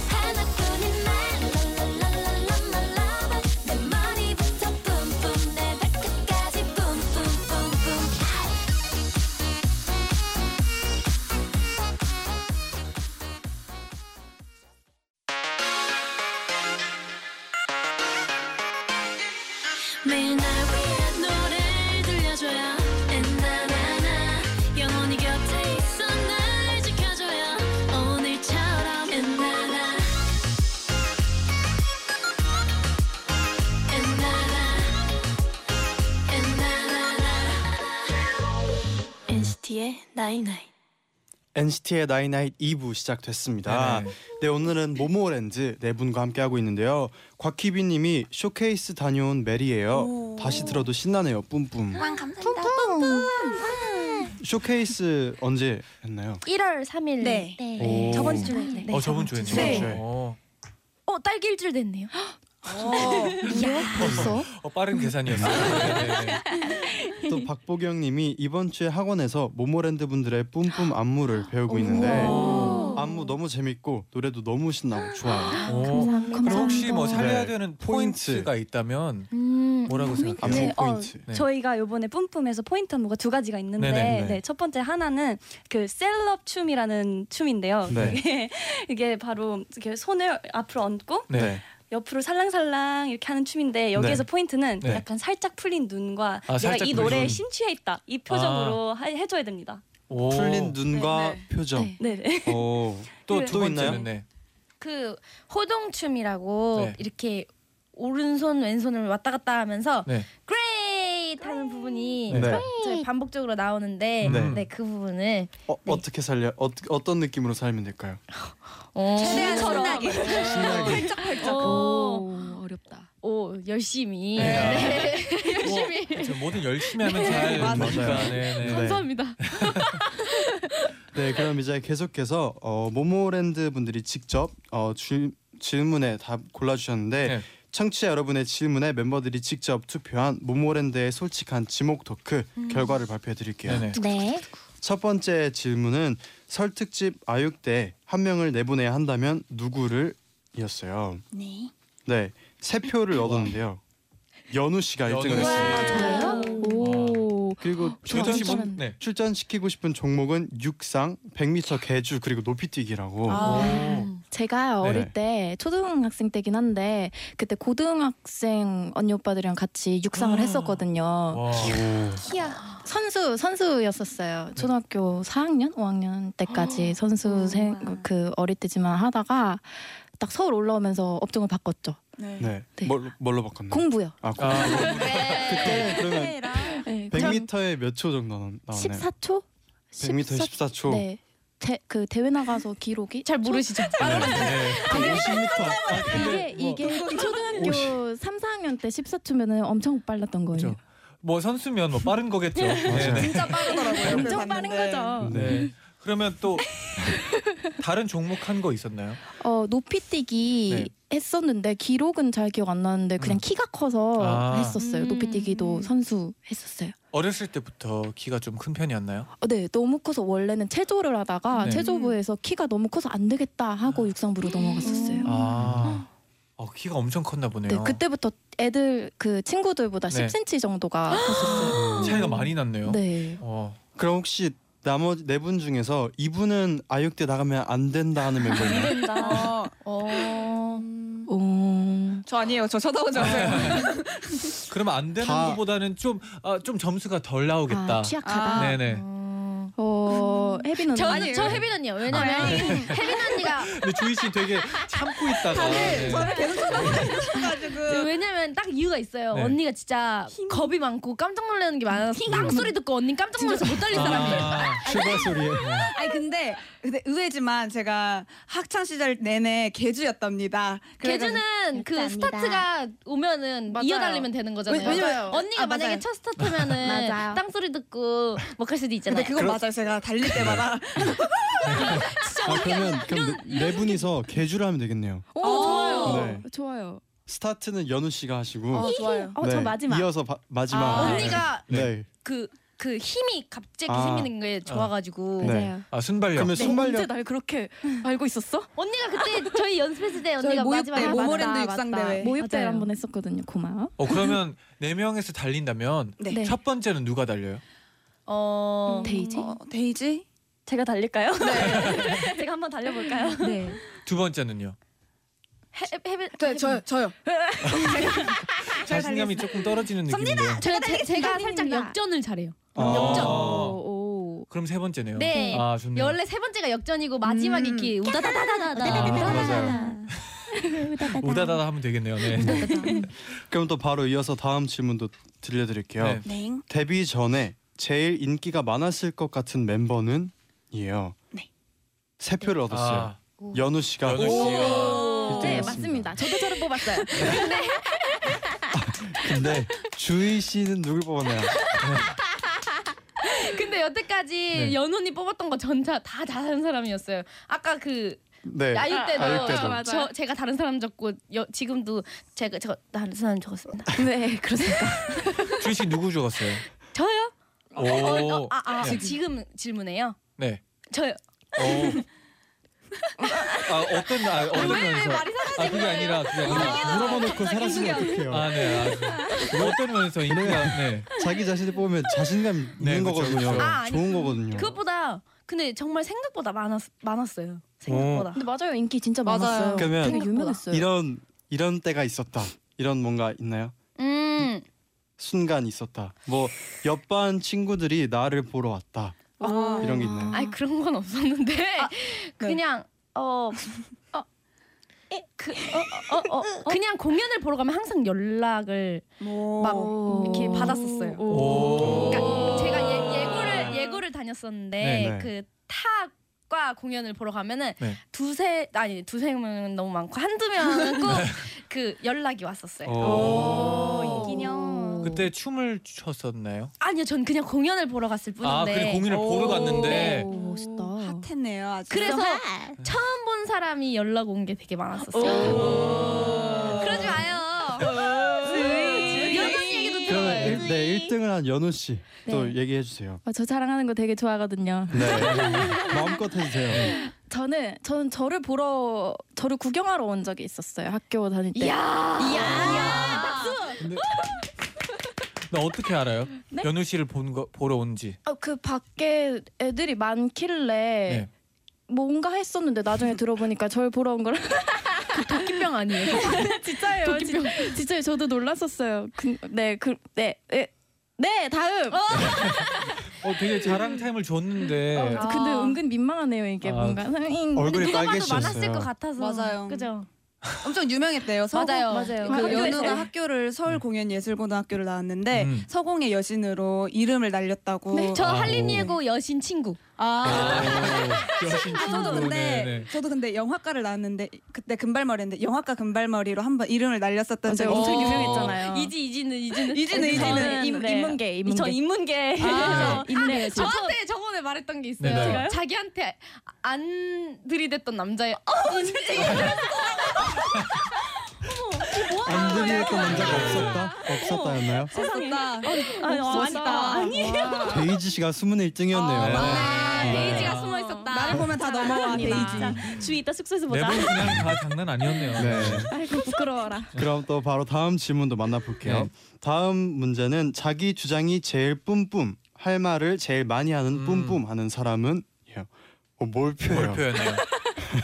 I: 하나뿐인 말 랄랄랄랄랄라 내 머리부터 뿜뿜 내 발끝까지 뿜뿜뿜뿜 매일 날 위한 노래를 들려줘요 엔나나나 영원히 곁에 있어 날 지켜줘요 오늘처럼 엔나나 엔나나 엔나나나 NCT의 나잇나잇
B: NCT의 나이나잇 2부 시작됐습니다.
C: 네네.
B: 네, 오늘은 모모랜드 네 분과 함께하고 있는데요. 곽희빈님이 쇼케이스 다녀온 메리예요. 다시 들어도 신나네요. 뿜뿜.
I: 감사합니다
B: 쇼케이스 언제 했나요?
F: 1월 3일.
E: 네.
B: 오.
F: 저번 주에. 네.
C: 어, 저번 주에
B: 저번
C: 네.
B: 주에.
C: 어,
F: 어, 딸기 일주일 됐네요. (gasps)
G: 벌써?
C: 어, 빠른
F: 음.
C: 계산이었어요. 네, 네.
B: 또 박보경님이 이번 주에 학원에서 모모랜드 분들의 뿜뿜 안무를 배우고 있는데
F: 오.
B: 안무 너무 재밌고 노래도 너무 신나고 좋아요.
C: 오.
F: 감사합니다.
C: 어, 그럼 혹시 뭐 살려야
B: 네.
C: 되는
B: 포인트.
C: 포인트가 있다면
F: 음.
C: 뭐라고
B: 안무
C: 생각해요?
H: 네, 어,
B: 포인트.
C: 네.
H: 저희가 요번에 뿜뿜에서 포인트 안무가 두 가지가 있는데
B: 네네.
H: 네, 첫 번째 하나는 그 셀럽 춤이라는 춤인데요.
B: 네.
H: 이게, (laughs) 이게 바로 이렇게 손을 앞으로 얹고
C: 네.
H: 옆으로 살랑살랑 이렇게 하는 춤인데 여기에서
B: 네.
H: 포인트는
C: 네.
H: 약간 살짝 풀린 눈과
C: 아,
H: 내가
C: 살짝
H: 이
C: 풀린
H: 노래에
C: 눈.
H: 심취해 있다 이 표정으로 하- 해줘야 됩니다.
C: 오.
B: 풀린 눈과
E: 네, 네.
B: 표정.
F: 네.
H: 네네.
B: 오.
C: 또,
B: 네.
C: 두
B: 또 있나요?
C: 번째는 네.
F: 그 호동춤이라고
C: 네.
F: 이렇게 오른손 왼손을 왔다 갔다 하면서
C: 네.
F: great 하는 부분이
B: 네.
F: 저희 반복적으로 나오는데
C: 음.
B: 네.
F: 네. 그 부분을
B: 어, 어떻게 살려? 어, 어떤 느낌으로 살면 될까요?
F: 어.
E: 최대한 신나게.
B: 신나게.
F: 어.
G: 어렵다.
F: 오 열심히
C: 네.
F: 열심히
C: 저 뭐든 열심히 하면 잘
E: 맞아요.
C: 되니까. 네, 네.
B: 네.
F: 감사합니다.
B: (laughs) 네, 그럼 이제 계속해서 어, 모모랜드 분들이 직접 어, 질, 질문에 답 골라주셨는데
C: 네.
B: 청취자 여러분의 질문에 멤버들이 직접 투표한 모모랜드의 솔직한 지목 토크
F: 음.
B: 결과를 발표해드릴게요.
C: 네네.
F: 네.
B: 첫 번째 질문은 설 특집 아육대 한 명을 내보내야 한다면 누구를 이었어요.
E: 네.
B: 네, 세 표를 얻었는데요. 연우 씨가 1등을
C: 연우 씨.
B: 했습니다.
G: 저요? 오.
B: 그리고
C: 출전
B: 출전시,
F: 음.
C: 시범? 네.
B: 출전시키고 싶은 종목은 육상, 100m 개주 그리고 높이뛰기라고.
C: 아.
F: 아.
C: 오.
G: 제가 어릴
B: 네.
G: 때 초등학생 때긴 한데 그때 고등학생 언니 오빠들이랑 같이 육상을 했었거든요.
C: 와.
G: 선수 선수였었어요. 초등학교 4학년, 5학년 때까지 선수 생, 그 어릴 때지만 하다가 딱 서울 올라오면서 업종을 바꿨죠.
E: 네.
B: 네.
G: 네.
B: 뭘로, 뭘로 바꿨나요?
G: 공부요.
B: 아, 공. 네.
C: 아,
B: 그때 그러면
E: 해랑
G: 네, 전
B: 100m에 몇 초 정도 나-
C: 아, 네.
B: 나왔나요?
G: 14초?
B: 100m에 14초.
G: 네. 대, 그 대회 나가서 기록이
F: 잘 모르시죠?
C: 네.
B: 그 50m. 아, 근데
G: 이게
B: 뭐-
G: 이게 초등학교 3, 4학년 때 14초면은 엄청 빨랐던 거예요.
C: 그렇죠. 뭐 선수면 뭐 빠른 거겠죠.
B: 맞아요.
C: 네.
E: 진짜 빠르더라고요. 옆에
G: 엄청 빠른
E: 봤는데.
G: 거죠.
C: 네. 그러면 또 다른 종목 한 거 있었나요?
G: 어 높이뛰기
C: 네.
G: 했었는데 기록은 잘 기억 안 나는데 그냥
C: 음.
G: 키가 커서
C: 아.
G: 했었어요.
F: 음.
G: 높이뛰기도 선수 했었어요.
C: 어렸을 때부터 키가 좀 큰 편이었나요?
G: 어, 네 너무 커서 원래는 체조를 하다가
C: 네.
G: 체조부에서 키가 너무 커서 안 되겠다 하고 육상부로 넘어갔었어요.
C: 아, 어, 키가 엄청 컸나 보네요.
G: 음. 네 그때부터 애들 그 친구들보다
C: 네.
G: 10cm 정도가
C: (gasps)
G: 컸었어요.
C: 차이가 많이 났네요.
G: 네.
C: 어.
B: 그럼 혹시 나머지 네 분 중에서 이분은 아육대 나가면 안 된다 하는 멤버 있나요?
H: 네.
E: 어,
G: 음. 어...
E: 저 아니에요. 저 쳐다보지 마세요.
C: 그러면 안 되는
B: 다-
C: 것보다는 좀, 아, 좀 점수가 덜 나오겠다.
G: 아, 취약하다.
E: 아.
C: 네네.
G: 어 혜빈 언니.
F: 저는 저 혜빈 언니요. 왜냐면 (laughs) 혜빈 언니가
C: 근데 주희 씨 되게 참고 있다가.
E: 다들
C: 네.
E: 저를 계속 쳐다보셔가지고
F: 네, 왜냐면 딱 이유가 있어요.
C: 네.
F: 언니가 진짜 겁이 많고 깜짝 놀라는 게 많아서 땅 소리 듣고 언니 깜짝 놀라서 못 달릴 사람이에요.
C: 아,
B: 출발 소리에.
E: 아니 근데, 근데 의외지만 제가 학창 시절 내내 개주였답니다. 그래가지고-
F: 개주는 그
I: 아닙니다.
F: 스타트가 오면은
G: 맞아요.
F: 이어달리면 되는 거잖아요.
G: 왜- 왜냐면-
F: 언니가
E: 아,
F: 만약에
E: 맞아요.
F: 첫
I: (laughs)
F: 스타트면은
G: 맞아요.
F: 땅소리 듣고 뭐 갈 수도 있잖아요.
E: 근데 그건 맞아요. 제가 달릴 때마다
B: 아 그러면 그럼 네, 네 분이서 개주를 하면 되겠네요.
G: 오, 좋아요.
B: 네.
G: 좋아요.
B: 스타트는 연우 씨가 하시고 네.
E: 어, 좋아요.
G: 어, 저 마지막.
B: 이어서 바- 마지막
G: 아,
F: 언니가
B: 네.
F: 그, 그 힘이 갑자기
B: 아.
F: 생기는 게 좋아가지고
B: 네.
G: 맞아요.
C: 아, 순발력.
B: 그러면 순발력
G: 날 (laughs) 그렇게 알고 있었어?
F: 언니가 그때 저희 연습했을 때 언니가
E: 모욕
F: 마지막에
E: 때
F: 맞다,
E: 모모랜드
F: 맞다.
E: 육상 대회.
G: 모욕대를
F: 맞아요.
G: 한번 했었거든요. 고마워.
C: 어, 그러면 네 명에서 달린다면
E: 네.
G: 네.
C: 첫 번째는 누가 달려요?
F: 어
G: 데이지?
E: 어, 데이지?
H: 제가 달릴까요? (laughs) 제가 한번 달려볼까요?
F: 네.
C: 두 번째는요?
F: 해- 해빈
E: 네, 저요, 저요.
C: 자신감이 조금
F: (laughs)
C: 떨어지는 느낌인데요.
F: 제가 제, 제가 살짝
G: 달리겠습니다.
F: 역전을 잘해요.
B: 아.
C: 역전.
G: 어. 오, 오.
C: 그럼 세 번째네요.
F: 네.
C: 아, 좋네요. 아,
F: 원래 세 번째가 역전이고 마지막이
E: 음.
F: 이렇게 우다다다다다다.
B: 맞아요.
C: 우다다다 하면 되겠네요. 네.
B: 그럼 또 바로 이어서 다음 질문도 들려드릴게요.
C: 네.
E: 네.
B: 데뷔 전에 제일 인기가 많았을 것 같은 멤버는 이에요.
E: 네.
B: 세 표를 얻었어요.
C: 아,
B: 연우 씨가
C: 연우 씨가
G: 네,
B: 일등이었습니다.
G: 맞습니다. 저도 저를 뽑았어요.
B: 근데 주희 씨는 누굴 뽑았나요?
F: (laughs) 근데 여태까지
C: 네.
F: 연훈이 뽑았던 거 전차 다 다른 사람이었어요. 아까 그
B: 네.
F: 아육 때도,
B: 아육 때도.
F: 저, 저- 제가 다른 사람 적고 여, 지금도 제가 저 다른 사람 적었습니다.
G: 네, 그렇습니다.
C: 주희 씨 누구 죽었어요?
F: 저요?
C: 오.
F: 어, 아, 아,
C: 네.
F: 지금 질문해요.
C: 네.
F: 저요.
C: 오. 아, 어떤 아, 어떤 면에서? 아, 그게 아니라 그게 아니라
B: 물어봐놓고 사라지면 어떡해요?
C: 아, 네. 아, 어떤 면에서 인기가 네.
B: 자기 자신을 뽑으면 자신감 있는
C: 네, 그쵸,
B: 거거든요.
C: 그쵸.
F: 아, 아니,
B: 좋은
C: 네.
B: 거거든요.
F: 그것보다 근데 정말 생각보다 많았 많았어요. 생각보다.
G: 근데 맞아요. 인기 진짜
E: 맞아요.
G: 많았어요.
B: 그러면
G: 되게 유명했어요.
B: 이런 이런 때가 있었다. 이런 뭔가 있나요?
F: 음.
B: 순간 있었다. 뭐 옆반 친구들이 나를 보러 왔다. 이런 게 있나요?
F: 아니 그런 건 없었는데 그냥 어. 어, 에, 그, 어, 어, 어, 어, 그냥 공연을 보러 가면 항상 연락을
E: 뭐.
F: 막
G: 오.
F: 이렇게 받았었어요.
C: 오. 네.
F: 그러니까 제가 예, 예고를 예고를 다녔었는데
B: 네, 네.
F: 그 타과 공연을 보러 가면은
C: 네.
F: 두세 아니 두세 명은 너무 많고 한두
C: (laughs)
F: 명은
C: 네.
F: 꼭 그 연락이 왔었어요. 어,
C: 오.
H: 인기녀.
C: 그때 춤을 췄었나요?
F: 아니요, 전 그냥 공연을 보러 갔을 뿐인데.
C: 아, 그래 공연을 보러
E: 오.
C: 갔는데
G: 오, 멋있다.
E: 핫했네요, 아주.
F: 그래서 처음 본 사람이 연락 온 게 되게 많았었어요. 그러지 마요.
E: 네.
F: 연락 얘기도
B: 그러면
F: 들어요.
B: 일, 네 1등을 한 연우 씨 또 얘기해 주세요.
G: 아, 저 자랑하는 거 되게 좋아하거든요.
B: 네 (laughs) 마음껏 해주세요.
G: 저는 저는 저를 보러 저를 구경하러 온 적이 있었어요. 학교 다닐 때.
F: 이야. 이야. 박수.
C: 근데 나 어떻게 알아요?
G: 네?
C: 연우 씨를 본 거, 보러 온지.
G: 아, 그 밖에 애들이 많길래
C: 네.
G: 뭔가 했었는데 나중에 들어보니까 저를 보러 온 거라
F: 도끼병 아니에요?
G: (laughs) 진짜예요.
F: 도끼병.
G: 진- 진짜요. 저도 놀랐었어요. 그, 네, 그, 네, 네, 네 다음.
C: 어 되게 자랑 타임을 줬는데
F: 아.
G: 근데 은근 민망하네요 이게
C: 네. 아,
G: 뭔가.
B: 얼굴이
F: 누가 봐도
B: 빨개지셨어요.
F: 많았을 것 같아서.
E: 맞아요.
F: 그죠?
E: 엄청 유명했대요. 서공,
F: 맞아요. 맞아요.
E: 그
F: 학교에서.
E: 연우가 학교를 서울 공연 예술고등학교를 나왔는데
C: 음.
E: 서공의 여신으로 이름을 날렸다고.
F: 네, 저
C: 아,
F: 할리니에고 여신 친구.
E: 아,
C: 오, 여신
E: 아, 저도
C: 친구.
E: 근데
C: 네네.
E: 저도 근데 영화과를 나왔는데 그때 금발머리인데 영화과 금발머리로 한번 이름을 날렸었던 적이
G: 맞아요. 엄청
E: 있어요.
G: 유명했잖아요.
F: 이지 이지는 이지는
E: 이지는, 이지는.
F: 저는,
G: 임-
F: 네.
G: 인문계, 인문계.
H: 저 인문계
E: 아,
F: 네, 저한테 저번에 말했던 게 있어요.
C: 네, 네.
F: 자기한테 안 들이댔던 남자의
B: 안 들리던 남자가 없었다? 없었다였나요?
E: 없었다.
H: 아, 어, 아니다. 아니
B: 데이지 씨가 숨은 1등이었네요. 네.
F: 아, 베이지가 숨어 있었다.
E: 나를 보면 다 넘어와 베이지.
H: (laughs) 주위 있다 숙소에서 보자.
C: 랩은 네 그냥 다 장난 아니었네요.
G: 아이고 부끄러워라.
B: 그럼 또 바로 다음 질문도 만나볼게요.
C: 네.
B: 다음 문제는 자기 주장이 제일 뿜뿜 할 말을 제일 많이 하는
C: 음.
B: 뿜뿜 하는 사람은 예. 어, 뭘 표현해요?
C: 뭘 표현해요?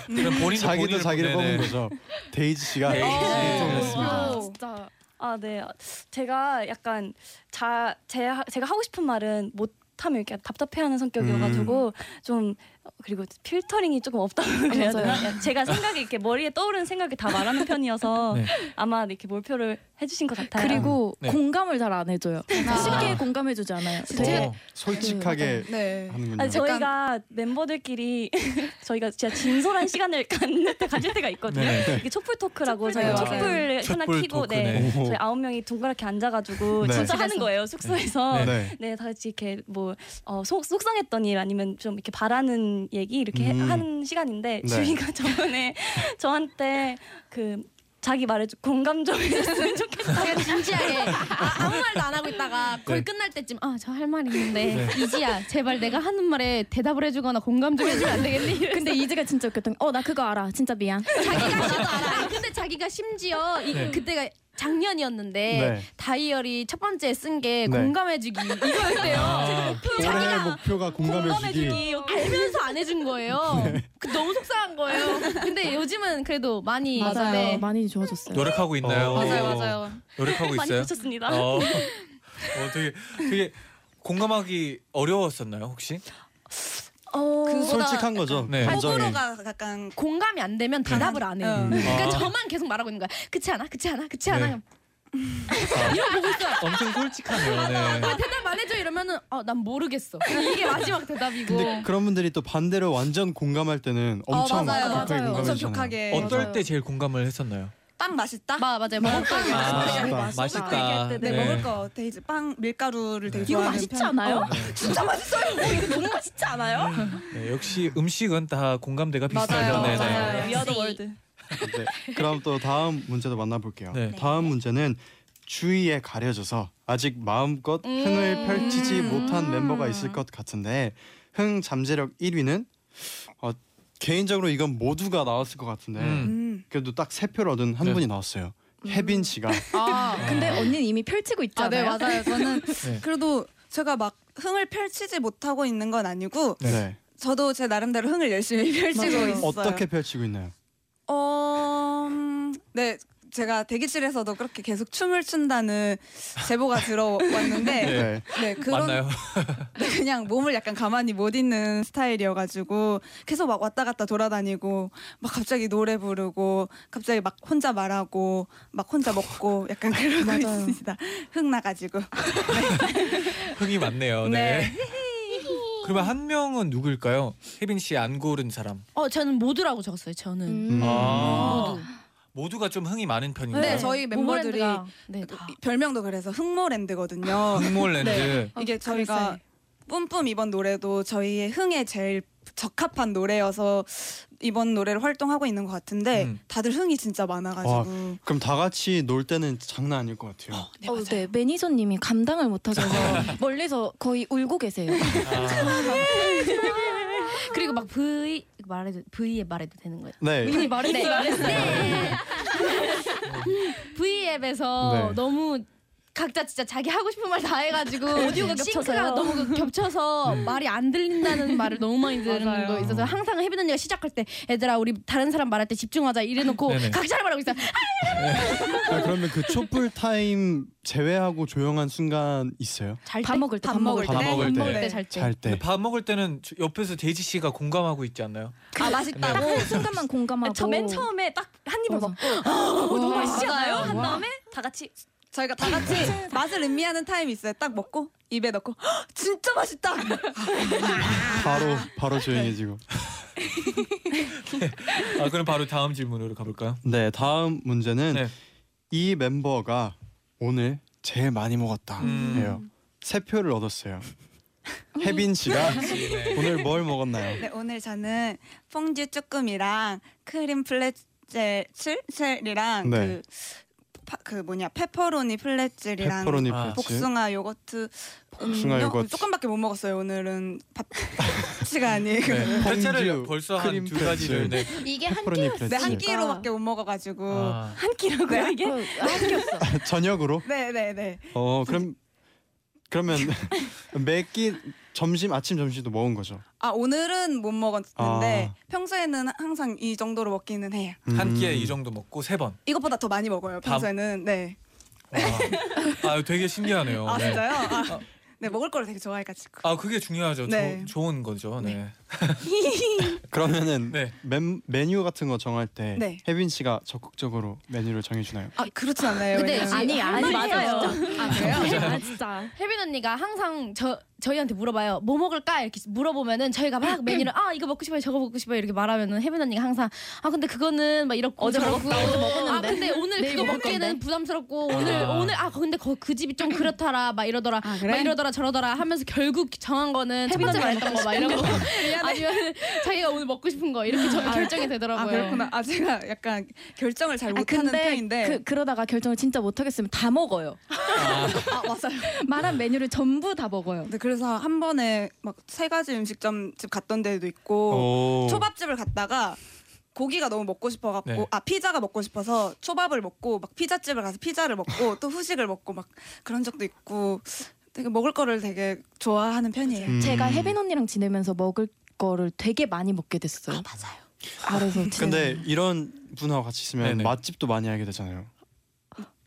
C: 그럼 본인도
B: 자기도
C: 본인을
B: 자기를
C: 보내네.
B: 뽑은 거죠. 데이지 씨가
C: 데이지 씨가
B: 습니다
F: 오.
G: 진짜.
H: 아, 네. 제가 약간 자, 제, 제가 하고 싶은 말은 못 하면 이렇게 답답해하는 성격이어가지고 좀 어, 그리고 필터링이 조금 없다고 (laughs) 그래야 되나? 제가 생각이 이렇게 머리에 떠오르는 생각이 다 말하는 편이어서
C: 네.
H: 아마 이렇게 몰표를 해주신 것 같아요.
G: 그리고
C: 네.
G: 공감을 잘 안 해줘요.
F: 아.
G: 쉽게 공감해주지 않아요. 네. 되게
C: 어,
B: 솔직하게
E: 네.
B: 하는군요.
H: 아니, 저희가 멤버들끼리 (laughs) 저희가 진짜 진솔한 시간을 갖는 때 가질 때가 있거든요.
C: 네.
H: 이게 촛불 토크라고
E: 촛불
H: 저희가
E: 토크.
H: 촛불 하나
C: 촛불
H: 키고
C: 토크,
H: 네.
C: 네.
H: 저희 아홉 명이 동그랗게 앉아가지고
B: 네.
H: 진짜 하는 거예요 숙소에서.
C: 네.
B: 네.
H: 네, 다 같이 이렇게 뭐 어, 속, 속상했던 일 아니면 좀 이렇게 바라는 얘기 이렇게 해-
B: 음.
H: 하는 시간인데
B: 네.
H: 주희가 (laughs) 저번에 저한테 그 자기 말에 좀 공감 좀 해줬으면 좋겠다.
F: 제가 진지하게 아, 아무 말도 안 하고 있다가 거의
C: 네.
F: 끝날 때쯤 아 저 할 말 있는데 이지야 제발 내가 하는 말에 대답을 해주거나 공감 좀 해주면 안 되겠니?
G: 근데 이즈가 진짜 웃겼던 게 어 나 그거 알아. 진짜 미안.
F: 자기가 하도 알아. 근데 자기가 심지어 이,
C: 네.
F: 그때가 작년이었는데
B: 네.
F: 다이어리 첫 번째 쓴 게
B: 네.
F: 공감해주기
C: 아,
F: 이거였대요. 그
B: 올해의
F: 자기가
B: 목표가 공감해주기.
G: 아,
F: 알면서 안 해준
C: (laughs)
F: 거예요.
C: 네.
F: 그 너무 속상한 거예요. 근데 요즘은 그래도 많이
E: 맞아요.
F: 네.
G: 많이 좋아졌어요.
C: 노력하고 있나요?
B: 어.
E: 맞아요, 맞아요.
C: 노력하고
H: 많이
C: 있어요.
H: 고쳤습니다.
G: 아,
C: 어. 어 되게 되게 공감하기 어려웠었나요 혹시?
H: 어,
B: 솔직한 거죠.
C: 네.
B: 감정이.
E: 아, 호불호가 약간
F: 공감이 안 되면 대답을 안 해요.
E: 음.
F: 그러니까
C: 아.
F: 저만 계속 말하고 있는 거야. 그치 않아? 그치 않아? 그치 않아?
C: 네.
F: 이러고 보고 있어요.
C: 엄청 솔직하네요. 네.
F: 왜 아, 대답 안 해줘 이러면은 어, 난 모르겠어. 이게 마지막 대답이고.
B: 근데 그런 분들이 또 반대로 완전 공감할 때는 엄청
E: 어, 맞아요,
B: 격하게
G: 맞아요.
E: 엄청
B: 공감해주잖아요.
E: 격하게
C: 어떨 때 제일 공감을 했었나요?
E: 빵 맛있다.
F: 마, 맞아요. 먹을 거
E: 빵
C: 아,
E: 맛있다.
B: 맛있다.
C: 맛있다.
E: 네, 먹을 거 데이지 빵 밀가루를 되게
G: 이거
E: 좋아하는
G: 맛있지
E: 편.
G: 않아요?
E: 진짜 맛있어요. 이거 너무 맛있지 않아요?
C: 네, 역시 음식은 다 공감대가 비슷하죠.
E: 맞아요,
C: 네, 네.
E: 맞아요.
H: 위아더 월드.
B: 네. 그럼 또 다음 문제도 만나볼게요.
C: 네.
B: 다음 문제는 주위에 가려져서 아직 마음껏 흥을 펼치지 못한 멤버가 있을 것 같은데 흥 잠재력 1위는 어, 개인적으로 이건 모두가 나왔을 것 같은데
C: 음.
E: 음.
B: 그래도 딱 세 표를 얻은 한
C: 네.
B: 분이 나왔어요. 혜빈 씨가
F: 아,
G: 근데 언니는 이미 펼치고
E: 아,
G: 있잖아요.
E: 네, 맞아요. 저는
C: 네.
E: 그래도 제가 막 흥을 펼치지 못하고 있는 건 아니고
B: 네.
E: 저도 제 나름대로 흥을 열심히 (laughs) 펼치고
G: 맞아요.
E: 있어요.
B: 어떻게 펼치고 있나요?
E: 어, 음, 네, 제가 대기실에서도 그렇게 계속 춤을 춘다는 제보가 들어왔는데,
B: (laughs) 네.
E: 네. 그런 (laughs)
C: 맞나요?
E: 네, 그냥 몸을 약간 가만히 못 있는 스타일이어가지고 계속 막 왔다 갔다 돌아다니고 막 갑자기 노래 부르고 갑자기 막 혼자 말하고 막 혼자 먹고 약간 (laughs) 그러고
G: 맞아요.
E: 있습니다. 흥 나가지고.
C: 흥이 많네요. 네. 그러면 한 명은 누굴까요? 혜빈 씨 안 고른 사람.
F: 어, 저는 모두라고 적었어요. 저는.
G: 음.
C: 아. 모두가 좀 흥이 많은 편인가요?
E: 네, 저희 멤버들이
F: 모모랜드가, 네,
E: 아.
F: 다.
E: 별명도 그래서 흥모랜드거든요.
C: 흥몰랜드.
E: (laughs) 이게
G: 아,
E: 저희가
G: 글쎄.
E: 뿜뿜 이번 노래도 저희의 흥에 제일 적합한 노래여서 이번 노래를 활동하고 있는 것 같은데
C: 음.
E: 다들 흥이 진짜 많아가지고
B: 그럼 다 같이 놀 때는 장난 아닐 것 같아요.
G: 어, 네 매니저님이 감당을 못하셔서
B: (laughs)
G: 멀리서 거의 울고 계세요.
F: 그리고 막 V 말해도 V에 말해도 되는 거예요.
B: 네.
F: 이미 말했어요. 네. V앱에서
B: 네.
F: 너무 각자 진짜 자기 하고 싶은 말 다 해가지고
H: 오디오가
F: 싱크가
H: 겹쳐서요.
F: 너무 겹쳐서 말이 안 들린다는 말을 너무 많이 들은
E: 맞아요.
F: 거 있어서 항상 혜빈 언니가 시작할 때 얘들아 우리 다른 사람 말할 때 집중하자 이래놓고
C: 네네.
F: 각자를 말하고 있어. 요
B: 아, 그러면 그 촛불 타임 제외하고 조용한 순간 있어요?
F: 잘밥 먹을
E: 밥 먹을
B: 밥
E: 때.
B: 먹을
F: 밥 먹을
B: 때.
F: 때 잘 때.
B: 잘
E: 네.
B: 때.
C: 근데 밥 먹을 때는 저- 옆에서 데이지 씨가 공감하고 있지 않나요?
G: 아 맛있다고 순간만 공감하고.
H: 그 네. 저 맨 처음에 딱 한 입을
G: 맞아.
H: 먹고 어, 너무 맛있잖아요. 한 다음에 다 같이
E: 저희가 다 (laughs) 같이 맛을 음미하는 타임이 있어요. 딱 먹고 입에 넣고 (gasps) "헉, 진짜 맛있다. (laughs) 아.
B: 바로 바로 조용해지고.
C: 아 그럼 바로 다음
E: (laughs)
C: 질문으로 가볼까요?
B: 네 다음 문제는
C: 네.
B: 이 멤버가 오늘 제일 많이 먹었다.
C: 음.
B: 예요. 세 표를 얻었어요. 혜빈
E: (laughs)
B: 씨가
C: 네.
B: 오늘 뭘 먹었나요?
E: 네, 오늘 저는 퐁듀 쭈꾸미랑 크림 플랫젤이랑
B: 네.
E: 그, 파- 그 뭐냐 페퍼로니 플랫젤이랑
B: 페퍼로니
C: 아.
B: 프레츠.
E: 복숭아 요거트
B: 복숭아
E: 음료?
B: 요거트.
E: 조금밖에 못 먹었어요. 오늘은
B: (laughs)
E: 밥 시간이
C: 네.
B: 펑듀,
C: 대체를 벌써 한
B: 크림
C: 두 가지를 네.
G: 이게 한
B: 페퍼로니 프레츠.
E: 네, 한 끼로밖에 못 먹어가지고
C: 아,
H: 한 끼라고요
E: 네.
H: 이게?
G: 아꼈어.
B: 저녁으로.
E: 네 네, 네.
B: 어 그럼 그러면 (laughs) 매끼 점심 아침 점심도 먹은 거죠.
E: 아 오늘은 못 먹었는데
B: 아.
E: 평소에는 항상 이 정도로 먹기는 해요.
C: 한 끼에
B: 음.
C: 이 정도 먹고 세
E: (laughs)
C: 번.
E: 이것보다 더 많이 먹어요.
C: 밥?
E: 평소에는 네.
C: 와. 아 되게 신기하네요.
B: 어,
E: 아
C: 네.
E: 진짜요? 아, 네 먹을 거를 되게 좋아해가지고.
C: 아 그게 중요하죠.
E: 네.
C: 조, 좋은 거죠. 네.
B: 그러면은
C: 네.
B: 맨, 메뉴 같은 거 정할 때
E: 네.
B: 혜빈 씨가 적극적으로 메뉴를 정해주나요?
E: 아 그렇지 않나요?
F: 근데
E: 왜냐면-
F: 아니, 아니, 맞아요.
E: 아 그래요?
F: 아, 진짜. 혜빈 언니가 항상 저 저희한테 물어봐요. 뭐 먹을까 이렇게 물어보면은 저희가
G: (clears throat)
F: 막 메뉴를 아 이거 먹고 싶어요, 저거 먹고 싶어요 이렇게 말하면은 혜빈 언니가 항상 아 근데 그거는 막 이렇고
G: 어제
F: 저렇고.
G: 먹었다, 어제 먹었는데.
F: 아 근데 오늘
G: 내일
F: 그거
G: 먹을
F: 먹기에는
G: 건데.
F: 부담스럽고 오늘 오늘 아 근데 거, 그 집이 좀 그렇더라 막 이러더라
E: 아, 그래?
F: 막 이러더라 저러더라 하면서 결국 정한 거는 첫 번째 말했던 거 막 이런 거 (laughs) 아니면 자기가 오늘 먹고 싶은 거 이렇게 저 결정이 되더라고요.
E: 아 그렇구나. 아 제가 약간 결정을 잘
G: 아
E: 못하는
G: 근데
E: 편인데.
G: 그, 그러다가 결정을 진짜 못하겠으면 다 먹어요. (laughs)
E: 아 맞아요.
G: 말한 메뉴를 전부 다 먹어요.
E: 근데 네, 그래서 한 번에 막 세 가지 음식점 집 갔던 데도 있고
B: 오.
E: 뭐, 초밥집을 갔다가. 고기가 너무 먹고 싶어갖고
C: 네.
E: 아 피자가 먹고 싶어서 초밥을 먹고 막 피자집을 가서 피자를 먹고 또 후식을 먹고 막 그런 적도 있고 되게 먹을 거를 되게 좋아하는 편이에요.
B: 음.
G: 네, 제가 혜빈 언니랑 지내면서 먹을 거를 되게 많이 먹게 됐어요. 아 맞아요. 그래서
B: 근데 이런 분하고 같이 있으면
C: 네네.
B: 맛집도 많이 알게 되잖아요.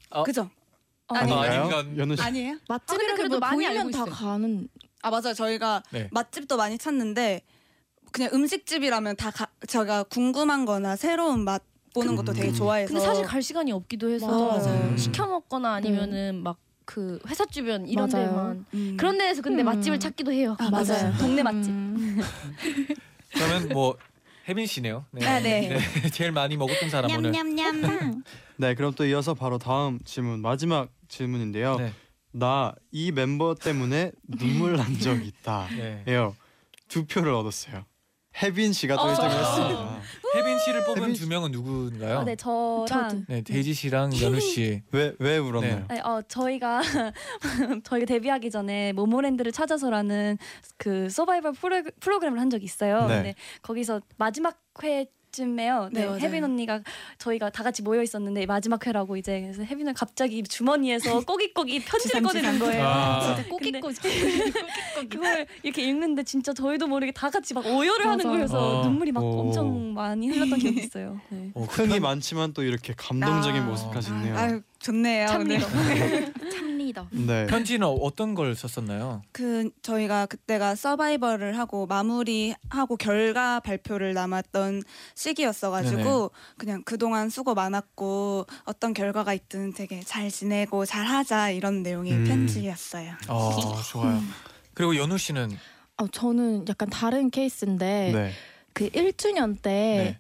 F: 아.
E: 그죠?
G: 네.
C: 아니,
F: 네.
E: 아니,
C: 아닌가?
B: 연우 씨.
E: 아니에요?
G: 맛집이라는
F: 그래도
G: 게뭐
F: 많이
G: 보이면
F: 알고
G: 다
F: 있어요.
G: 가는
E: 아 맞아요. 저희가
C: 네.
E: 맛집도 많이 찾는데 그냥 음식집이라면 다 가, 제가 궁금한거나 새로운 맛 보는 것도
B: 음.
E: 되게 좋아해서.
F: 근데 사실 갈 시간이 없기도 해서
G: 맞아,
C: 맞아요.
F: 시켜 먹거나 아니면은 막 그 회사 주변 이런
G: 맞아요.
F: 데만
E: 음.
F: 그런 데에서 근데
G: 음.
F: 맛집을 찾기도 해요.
E: 아, 맞아요.
H: 동네 맛집.
G: 음.
C: 그러면 뭐 혜빈 씨네요. 네. (laughs)
E: 아, 네.
C: 제일 많이 먹었던 사람 오늘.
I: 냠냠냠
B: 네, 그럼 또 이어서 바로 다음 질문 마지막 질문인데요.
C: 네.
B: 나 이 멤버 때문에 눈물 난 적이 있다.
C: (laughs) 네.
B: 예요. 두 표를 얻었어요. 혜빈 씨가 또 1등을
G: 어.
B: 했습니다.
C: 혜빈 씨를 뽑은
B: 혜빈
C: 두 명은 누구인가요?
H: 아, 네 저랑
G: 저도.
C: 네, 데이지 씨랑 연우 씨.
B: 왜 왜
C: 네.
B: 울었나요?
H: 아니, 어, 저희가 (laughs) 저희가 데뷔하기 전에 모모랜드를 찾아서라는 그 서바이벌 프로, 프로그램을 한 적이 있어요.
B: 네.
H: 근데 거기서 마지막 회 쯤에요.
E: 네,
H: 네,
E: 맞아요.
H: 혜빈 언니가 저희가 다 같이 모여 있었는데 마지막 회라고 이제 그래서 혜빈은
E: (laughs)
H: 갑자기 주머니에서 꼬깃꼬깃 편지를
E: 주삼,
H: 꺼내는
E: 주삼.
H: 거예요.
C: 아.
F: (laughs)
H: 근데
F: 꼬깃꼬깃.
H: 그걸 이렇게 읽는데 진짜 저희도 모르게 다 같이 막 오열을 하는
G: 맞아.
H: 거여서
C: 아.
H: 눈물이 막
B: 오.
H: 엄청 많이
E: (laughs)
H: 흘렀던 기억이 있어요. 네.
C: 어, 그
B: 흥이
C: 편-
B: 많지만 또 이렇게 감동적인
G: 아.
B: 모습까지 있네요.
E: 아, 유 좋네요. 오늘.
G: 참 리더.
B: 네.
C: 편지는 어떤 걸 썼었나요?
E: 그 저희가 그때가 서바이벌을 하고 마무리하고 결과 발표를 남았던 시기였어가지고
C: 네네.
E: 그냥 그동안 수고 많았고 어떤 결과가 있든 되게 잘 지내고 잘하자 이런 내용의
B: 음.
E: 편지였어요.
C: 어, 좋아요. 그리고 연우 씨는
G: 어, 저는 약간 다른 케이스인데
B: 네.
G: 그 1주년 때
C: 네.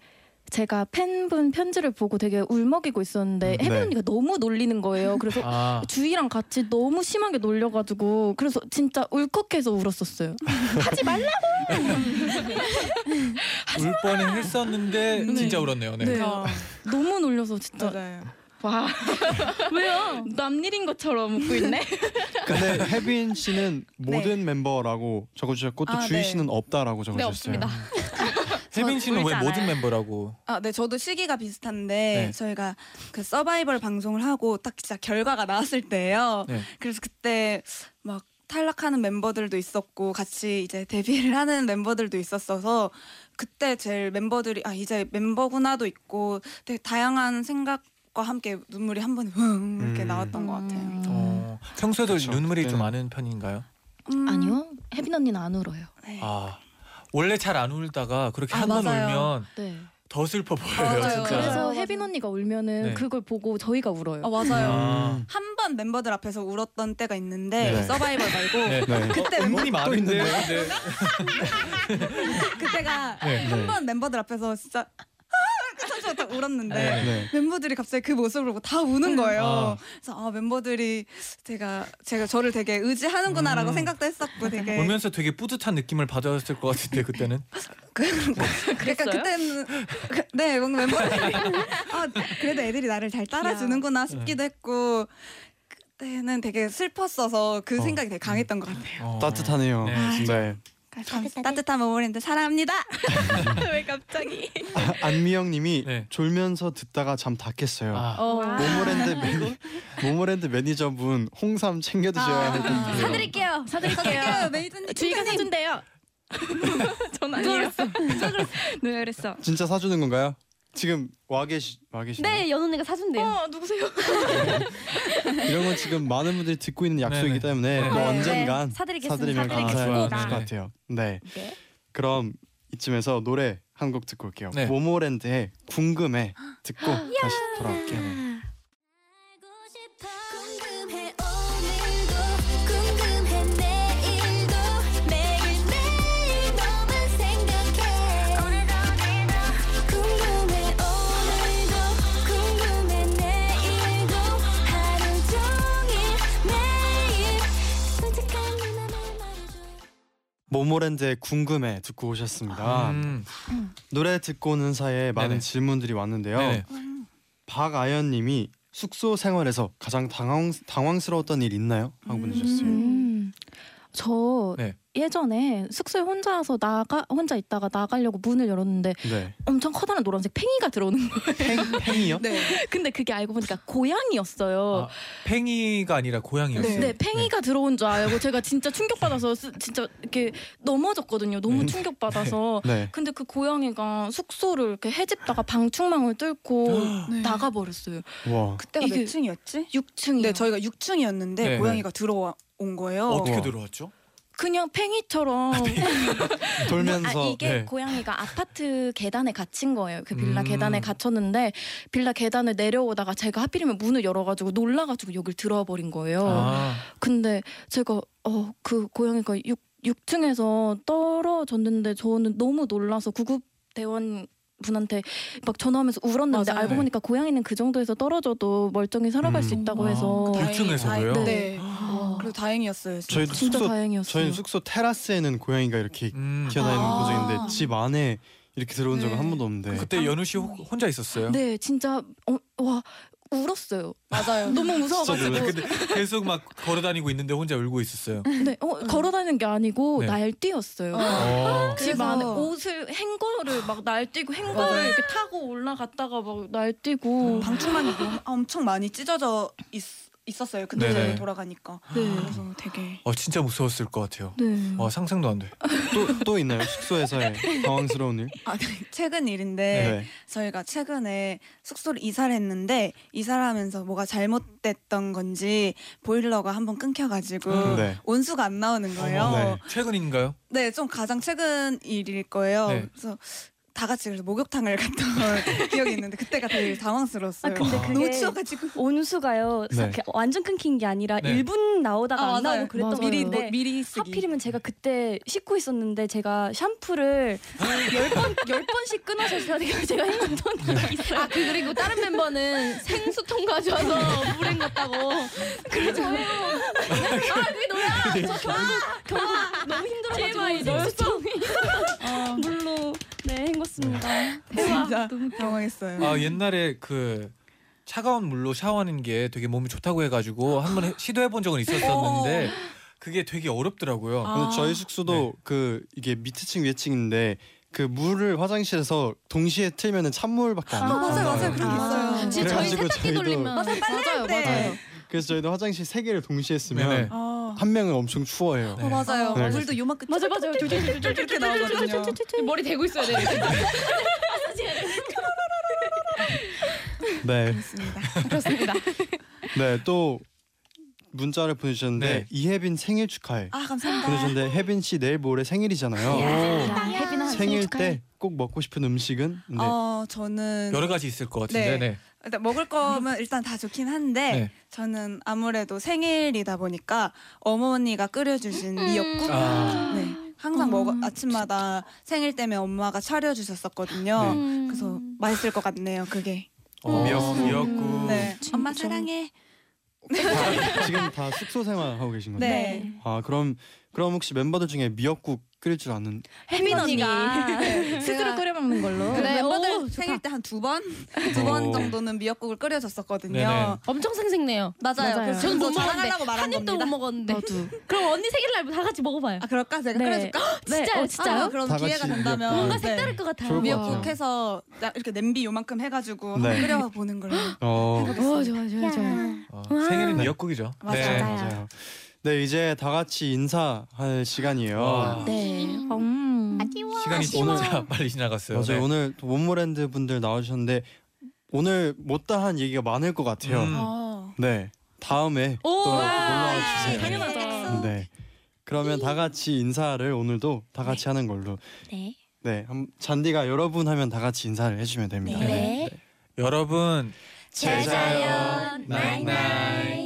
G: 제가 팬분 편지를 보고 되게 울먹이고
B: 음,
G: 있었는데 혜빈
B: 네.
G: 언니가 너무 놀리는 거예요. 그래서
C: 아,
G: 주희랑 같이 너무 심하게 놀려가지고 그래서 진짜
C: (laughs)
G: 울컥해서 울었었어요. 하지 말라.
C: 울 뻔해 했었는데 진짜 울었네요. 네.
G: 네. 너무 놀려서 진짜
E: 맞아요.
G: 와 (laughs) 왜요? 남 일인 것처럼 웃고 있네.
B: (laughs) 근데 혜빈 씨는 모든 멤버라고 적어주셨고 또
E: 아,
B: 주희
E: 네.
B: 씨는 없다라고 적어주셨어요.
F: 없습니다.
C: 혜빈 씨는 왜
H: 울잖아요.
C: 모든 멤버라고?
E: 아, 네, 저도 시기가 비슷한데
C: 네.
E: 저희가 그 서바이벌 방송을 하고 딱 진짜 결과가 나왔을 때예요.
C: 네.
E: 그래서 그때 막 탈락하는 멤버들도 있었고 같이 이제 데뷔를 (laughs) 하는 멤버들도 있었어서 그때 제일 멤버들이 아 이제 멤버구나도 있고 되게 다양한 생각과 함께 눈물이 한 번에 흥 이렇게
C: 음.
E: 나왔던 것 같아요.
C: 어, 평소에도
B: 그쵸, 네.
C: 눈물이 좀
B: 그때는.
C: 많은 편인가요?
E: 음,
G: (laughs) 아니요. 혜빈 언니는 안 울어요.
E: 네.
C: 아 원래 잘 안 울다가 그렇게
E: 아,
C: 한 번
E: 맞아요.
C: 울면
G: 네.
C: 더 슬퍼 보여요.
E: 맞아요.
C: 진짜.
G: 그래서
E: 맞아요.
G: 혜빈 언니가 울면은
C: 네.
G: 그걸 보고 저희가 울어요.
E: 아, 맞아요.
C: 아.
E: 한 번 멤버들 앞에서 울었던 때가 있는데
C: 네.
E: 서바이벌 말고
C: (laughs) 네.
B: 네.
E: 그때
C: 어, 은근히 많은데. 네.
E: 그때가
C: 네.
E: 한 번 멤버들 앞에서 진짜 (laughs) 터져서 울었는데
C: 네.
B: 네.
E: 멤버들이 갑자기 그 모습을 보고 다 우는 거예요.
C: 아.
E: 그래서 아, 멤버들이 제가 제가 저를 되게 의지하는구나라고
C: 음.
E: 생각도 했었고 되게
C: 울면서 되게 뿌듯한 느낌을 받았을 것 같은데 그때는.
E: 그러니까 그때는 그- 네 뭔가 멤버들이 (laughs) 아 그래도 애들이 나를 잘 따라주는구나 싶기도 했고 그때는 되게 슬펐어서 그
B: 어.
E: 생각이 되게 강했던 것 같아요.
C: 어.
B: 따뜻하네요.
C: 네,
B: 진짜. 네.
E: 따뜻한, 따뜻한 모모랜드 사랑합니다. 왜 갑자기?
B: 아, 안미영님이
C: 네.
B: 졸면서 듣다가 잠 다 깼어요.
C: 아,
F: 어.
B: 모모랜드 매니, 모모랜드 매니저분 홍삼 챙겨 드셔야 할 텐데요.
F: 사드릴게요. 아, 사드릴게요.
E: 어떡해요 메이드님
G: 주희가
F: 네,
G: 사준대요.
H: 전 아니에요. 누가 그랬어?
B: 진짜 사주는 건가요? 지금 와 계시 와 계시.
F: 네, 연언니가 사준대요.
H: 어 누구세요?
B: (laughs) 이런 건 지금 많은 분들이 듣고 있는
C: 네네.
B: 약속이기 때문에
C: 네.
B: 뭐
F: 네.
B: 언젠간
F: 네. 사드리겠습니다.
B: 사드리면
F: 사드리겠습니다.
B: 감사할
C: 네.
B: 것 같아요. 네.
F: 네.
B: 그럼 이쯤에서 노래 한 곡 듣고 올게요.
C: 네.
B: 모모랜드의 궁금해 듣고
F: 아,
B: 다시 돌아올게요.
C: 네.
I: 알고 싶어 궁금해 오늘도 궁금해 내일도 매일매일 너만 생각해 오늘도 궁금해 오늘도 궁금해 내일도 하루 종일 매일 솔직한 네 맘을 말해줘
B: 모모랜드의 궁금해 듣고 오셨습니다.
C: 음.
B: 노래 듣고 오는 사이에 많은
C: 네네.
B: 질문들이 왔는데요.
C: 네네.
B: 박아연님이 숙소 생활에서 가장 당황 당황스러웠던 일 있나요? 하고 보내셨어요.
G: 음. 저
C: 네.
G: 예전에 숙소에 혼자서 나가 혼자 있다가 나가려고 문을 열었는데
F: (laughs)
B: 네.
G: 엄청 커다란 노란색 팽이가 들어오는 거.
B: 팽 팽이요?
E: 네.
G: 근데 그게 알고 보니까 고양이였어요.
C: 아, 팽이가 아니라 고양이였어요.
G: 네, 팽이가 들어온 줄 알고 제가 진짜 충격받아서 쓰- 진짜 이렇게 넘어졌거든요. 너무
B: 네.
G: 충격받아서.
B: 네.
G: 근데 그 고양이가 숙소를 이렇게 헤집다가 방충망을 뚫고 나가버렸어요.
B: 와.
E: 그때가
G: 이게-
E: 몇 층이었지?
G: 6층이요.
E: 네, 저희가 6층이었는데
C: 네.
E: 고양이가 들어온 거예요.
C: 어떻게
B: 우와.
C: 들어왔죠?
G: 그냥 팽이처럼 (laughs)
B: 돌면서
F: 그,
G: 아, 이게
C: 네.
G: 고양이가 아파트 계단에 갇힌 거예요. 그 빌라
C: 음.
G: 계단에 갇혔는데 빌라 계단을 내려오다가 제가 하필이면 문을 열어가지고 놀라가지고 여길 들어와 버린 거예요.
C: 아,
G: 근데 제가 어 그 고양이가 6 6층에서 떨어졌는데 저는 너무 놀라서 구급 대원 분한테 막 전화하면서 울었는데
E: 맞아요.
G: 알고 보니까 고양이는 그 정도에서 떨어져도 멀쩡히 살아갈 수
B: 음.
G: 있다고
C: 아,
G: 해서
C: 다행-
E: 다행히-
C: 육층에서도요?
E: 다행-
G: 네.
E: 네.
G: 아,
E: 그리고 다행이었어요. 진짜.
B: 저희도
G: 진짜
B: 숙소
G: 다행이었어요.
B: 저희는 숙소 테라스에는 고양이가 이렇게
C: 음.
B: 튀어다니는
E: 아.
B: 구조인데 집 안에 이렇게 들어온 적은
E: 네.
B: 한 번도 없는데
C: 그때 연우 씨 호- 혼자 있었어요?
G: 네, 진짜 어, 와 울었어요.
E: 맞아요.
G: 너무
B: 진짜
G: 무서워가지고
B: 놀랐어요.
C: 근데 계속 막 걸어 다니고 있는데 혼자 울고 있었어요.
G: 네, 어, 걸어다니는 게 아니고
C: 네.
G: 날뛰었어요.
E: 아,
C: 어.
G: 집
E: 그래서-
G: 안에 옷을 행거를 막 날뛰고 행거를 이렇게 타고 올라갔다가 막 날뛰고
F: 음.
E: 방충망이 너무- 엄청 많이 찢어져 있, 있었어요. 근데
C: 네네.
E: 저희 돌아가니까.
G: 네.
E: 그래서 되게
C: 어, 진짜 무서웠을 것 같아요.
G: 네.
C: 와 상상도 안 돼.
B: 또 또 있나요?
E: (laughs)
B: 숙소에서의 당황스러운 일?
E: 아, 네. (laughs) 최근 일인데
B: 네.
E: 저희가 최근에 숙소를 이사를 했는데 이사를 하면서 뭐가 잘못됐던 건지 보일러가 한번 끊겨가지고
B: 네.
E: 온수가 안 나오는 거예요.
B: 어머, 네.
C: 최근인가요?
E: 네, 좀 가장 최근 일일 거예요.
C: 네.
E: 그래서 다 같이 그래서 목욕탕을 (laughs) 갔던 기억이 있는데 그때가 되게 당황스러웠어요.
H: 아, 근데 그게-
E: 너무 추워가지고
H: 온수가요.
B: 네.
H: 이렇게 완전 끊긴 게 아니라
C: 네.
H: 1분 나오다가
E: 아,
H: 안
E: 맞아요.
H: 나오고 그랬던
G: 맞아요.
H: 건데
G: 미리 뭐-
E: 미리
H: 하필이면 제가 그때 씻고 있었는데
F: (laughs)
H: 제가 샴푸를 10번 열번씩 끊어서 (laughs) 제가 제가 했던 적이 있어요.
F: 아, 그 그리고 다른 (laughs) 멤버는 생수통 가져와서 물헹갔다고 그래서 저요. 아, 그게 너야. 저 결국 결국
H: 너무
F: 제발 뭐
H: 힘들어가지고 (laughs)
F: 생수통이
H: 어, 물로 네 헹궜습니다.
E: 진짜 당황했어요.
C: 아 옛날에 그 차가운 물로 샤워하는 게 되게 몸이 좋다고 해가지고 한번 해- 시도해본 적은 있었었는데
E: 어. 아,
C: 그게 되게 어렵더라고요.
B: 네. 근데 저희 숙소도 그 이게 밑에 층 위에 층인데 그 물을 화장실에서 동시에 틀면은 찬물밖에 안
E: 아, 맞아요,
B: 나와요.
E: 맞아요. 그런 게
G: 아.
E: 있어요.
F: 진짜 저희
B: 그래가지고
F: 세탁기
B: 저희도-
F: 돌리면
E: 맞아요, 빨래
G: 맞아요,
E: 할 때.
G: 맞아요.
B: 그래서 저희도 화장실 세 개를 동시에
C: 네네.
B: 쓰면
E: 아,
B: 한 명은 엄청 추워해요.
E: 어, 맞아요.
B: 네.
E: 물도 요만큼
F: 맞아 맞아
E: 쫄쫄쫄쫄 이렇게 나오거든요.
F: 머리 대고 있어야 돼.
B: 네.
E: 맞습니다. (laughs)
F: 그렇습니다.
B: 네, 또 문자를 보내주셨는데
C: 네.
B: 이혜빈 생일 축하해
E: 아 감사합니다.
B: 보내주셨는데 혜빈 씨 내일 모레 생일이잖아요.
G: 야, 혜빈아
B: 생일 때 꼭 먹고 싶은 음식은? 네.
E: 어 저는
C: 여러 가지 있을 것 같은데.
E: 네.
C: 네.
E: 일단 먹을 거면 일단 다 좋긴 한데
C: 네.
E: 저는 아무래도 생일이다 보니까 어머니가 끓여주신 미역국
C: 아.
E: 네, 항상 먹어 아침마다 생일 때문에 엄마가 차려주셨었거든요. 그래서 맛있을 것 같네요. 그게.
C: 어, 미역국. 미역국.
E: 네.
G: 진짜.
E: 엄마 사랑해.
B: 다- 지금 다 숙소 생활 하고 계신 거죠?
E: 네.
B: 아 그럼 그럼 혹시 멤버들 중에 미역국 끓일 줄 아는?
G: 혜빈
H: 언니가.
G: 스스로 끓여 먹는 걸로.
E: 네,
F: 오,
E: 멤버들
F: 좋다.
E: 생일 때 한 두 번, 그 두
B: 어.
E: 번 정도는 미역국을 끓여줬었거든요.
C: 네네.
F: 엄청 생생네요.
E: 맞아요.
G: 맞아요.
E: 그래서
F: 저는 못
E: 저
F: 먹었는데
E: 자랑하려고 말한
F: 한 입도
E: 겁니다.
F: 못 먹었는데.
G: 나도.
F: 그럼 언니 생일날 다 같이 먹어봐요.
E: 아 그럴까? 제가
G: 네.
E: 끓여줄까?
F: 진짜요?
G: 네, 어, 진짜요?
E: 아, 그럼
B: 다 같이
E: 기회가 된다면
B: 미역국.
F: 뭔가
E: 네.
F: 색다를 것 같아요.
B: 좋을 것
F: 미역국.
B: 같아요.
E: 미역국해서 나- 이렇게 냄비 요만큼 해가지고
B: 네.
E: 끓여 보는 걸로.
B: 어
F: 오, 좋아 좋아 좋아.
C: 어,
F: 와.
C: 생일은 미역국이죠.
E: 맞아요.
C: 네.
B: 맞아요. 네 이제 다 같이 인사할 시간이에요.
C: 와.
G: 네. 음.
E: 아,
C: 시간이
B: 오늘-
C: 진짜 (laughs) 빨리 지나갔어요.
B: 맞아요.
C: 네.
B: 오늘 또 원모랜드 분들 나오셨는데 오늘 못다한 얘기가 많을 것 같아요.
C: 음.
E: 어.
B: 네 다음에 또
F: 와.
B: 놀러와 주세요.
G: 당연하죠.
B: 아, 네. 그러면 다 같이 인사를 오늘도 다 같이 하는 걸로.
G: 네.
B: 네. 한- 잔디가 여러분 하면 다 같이 인사를
E: 네.
I: 네.
B: 해주면 됩니다.
C: 네. 여러분
I: 제자요, 나잇나잇.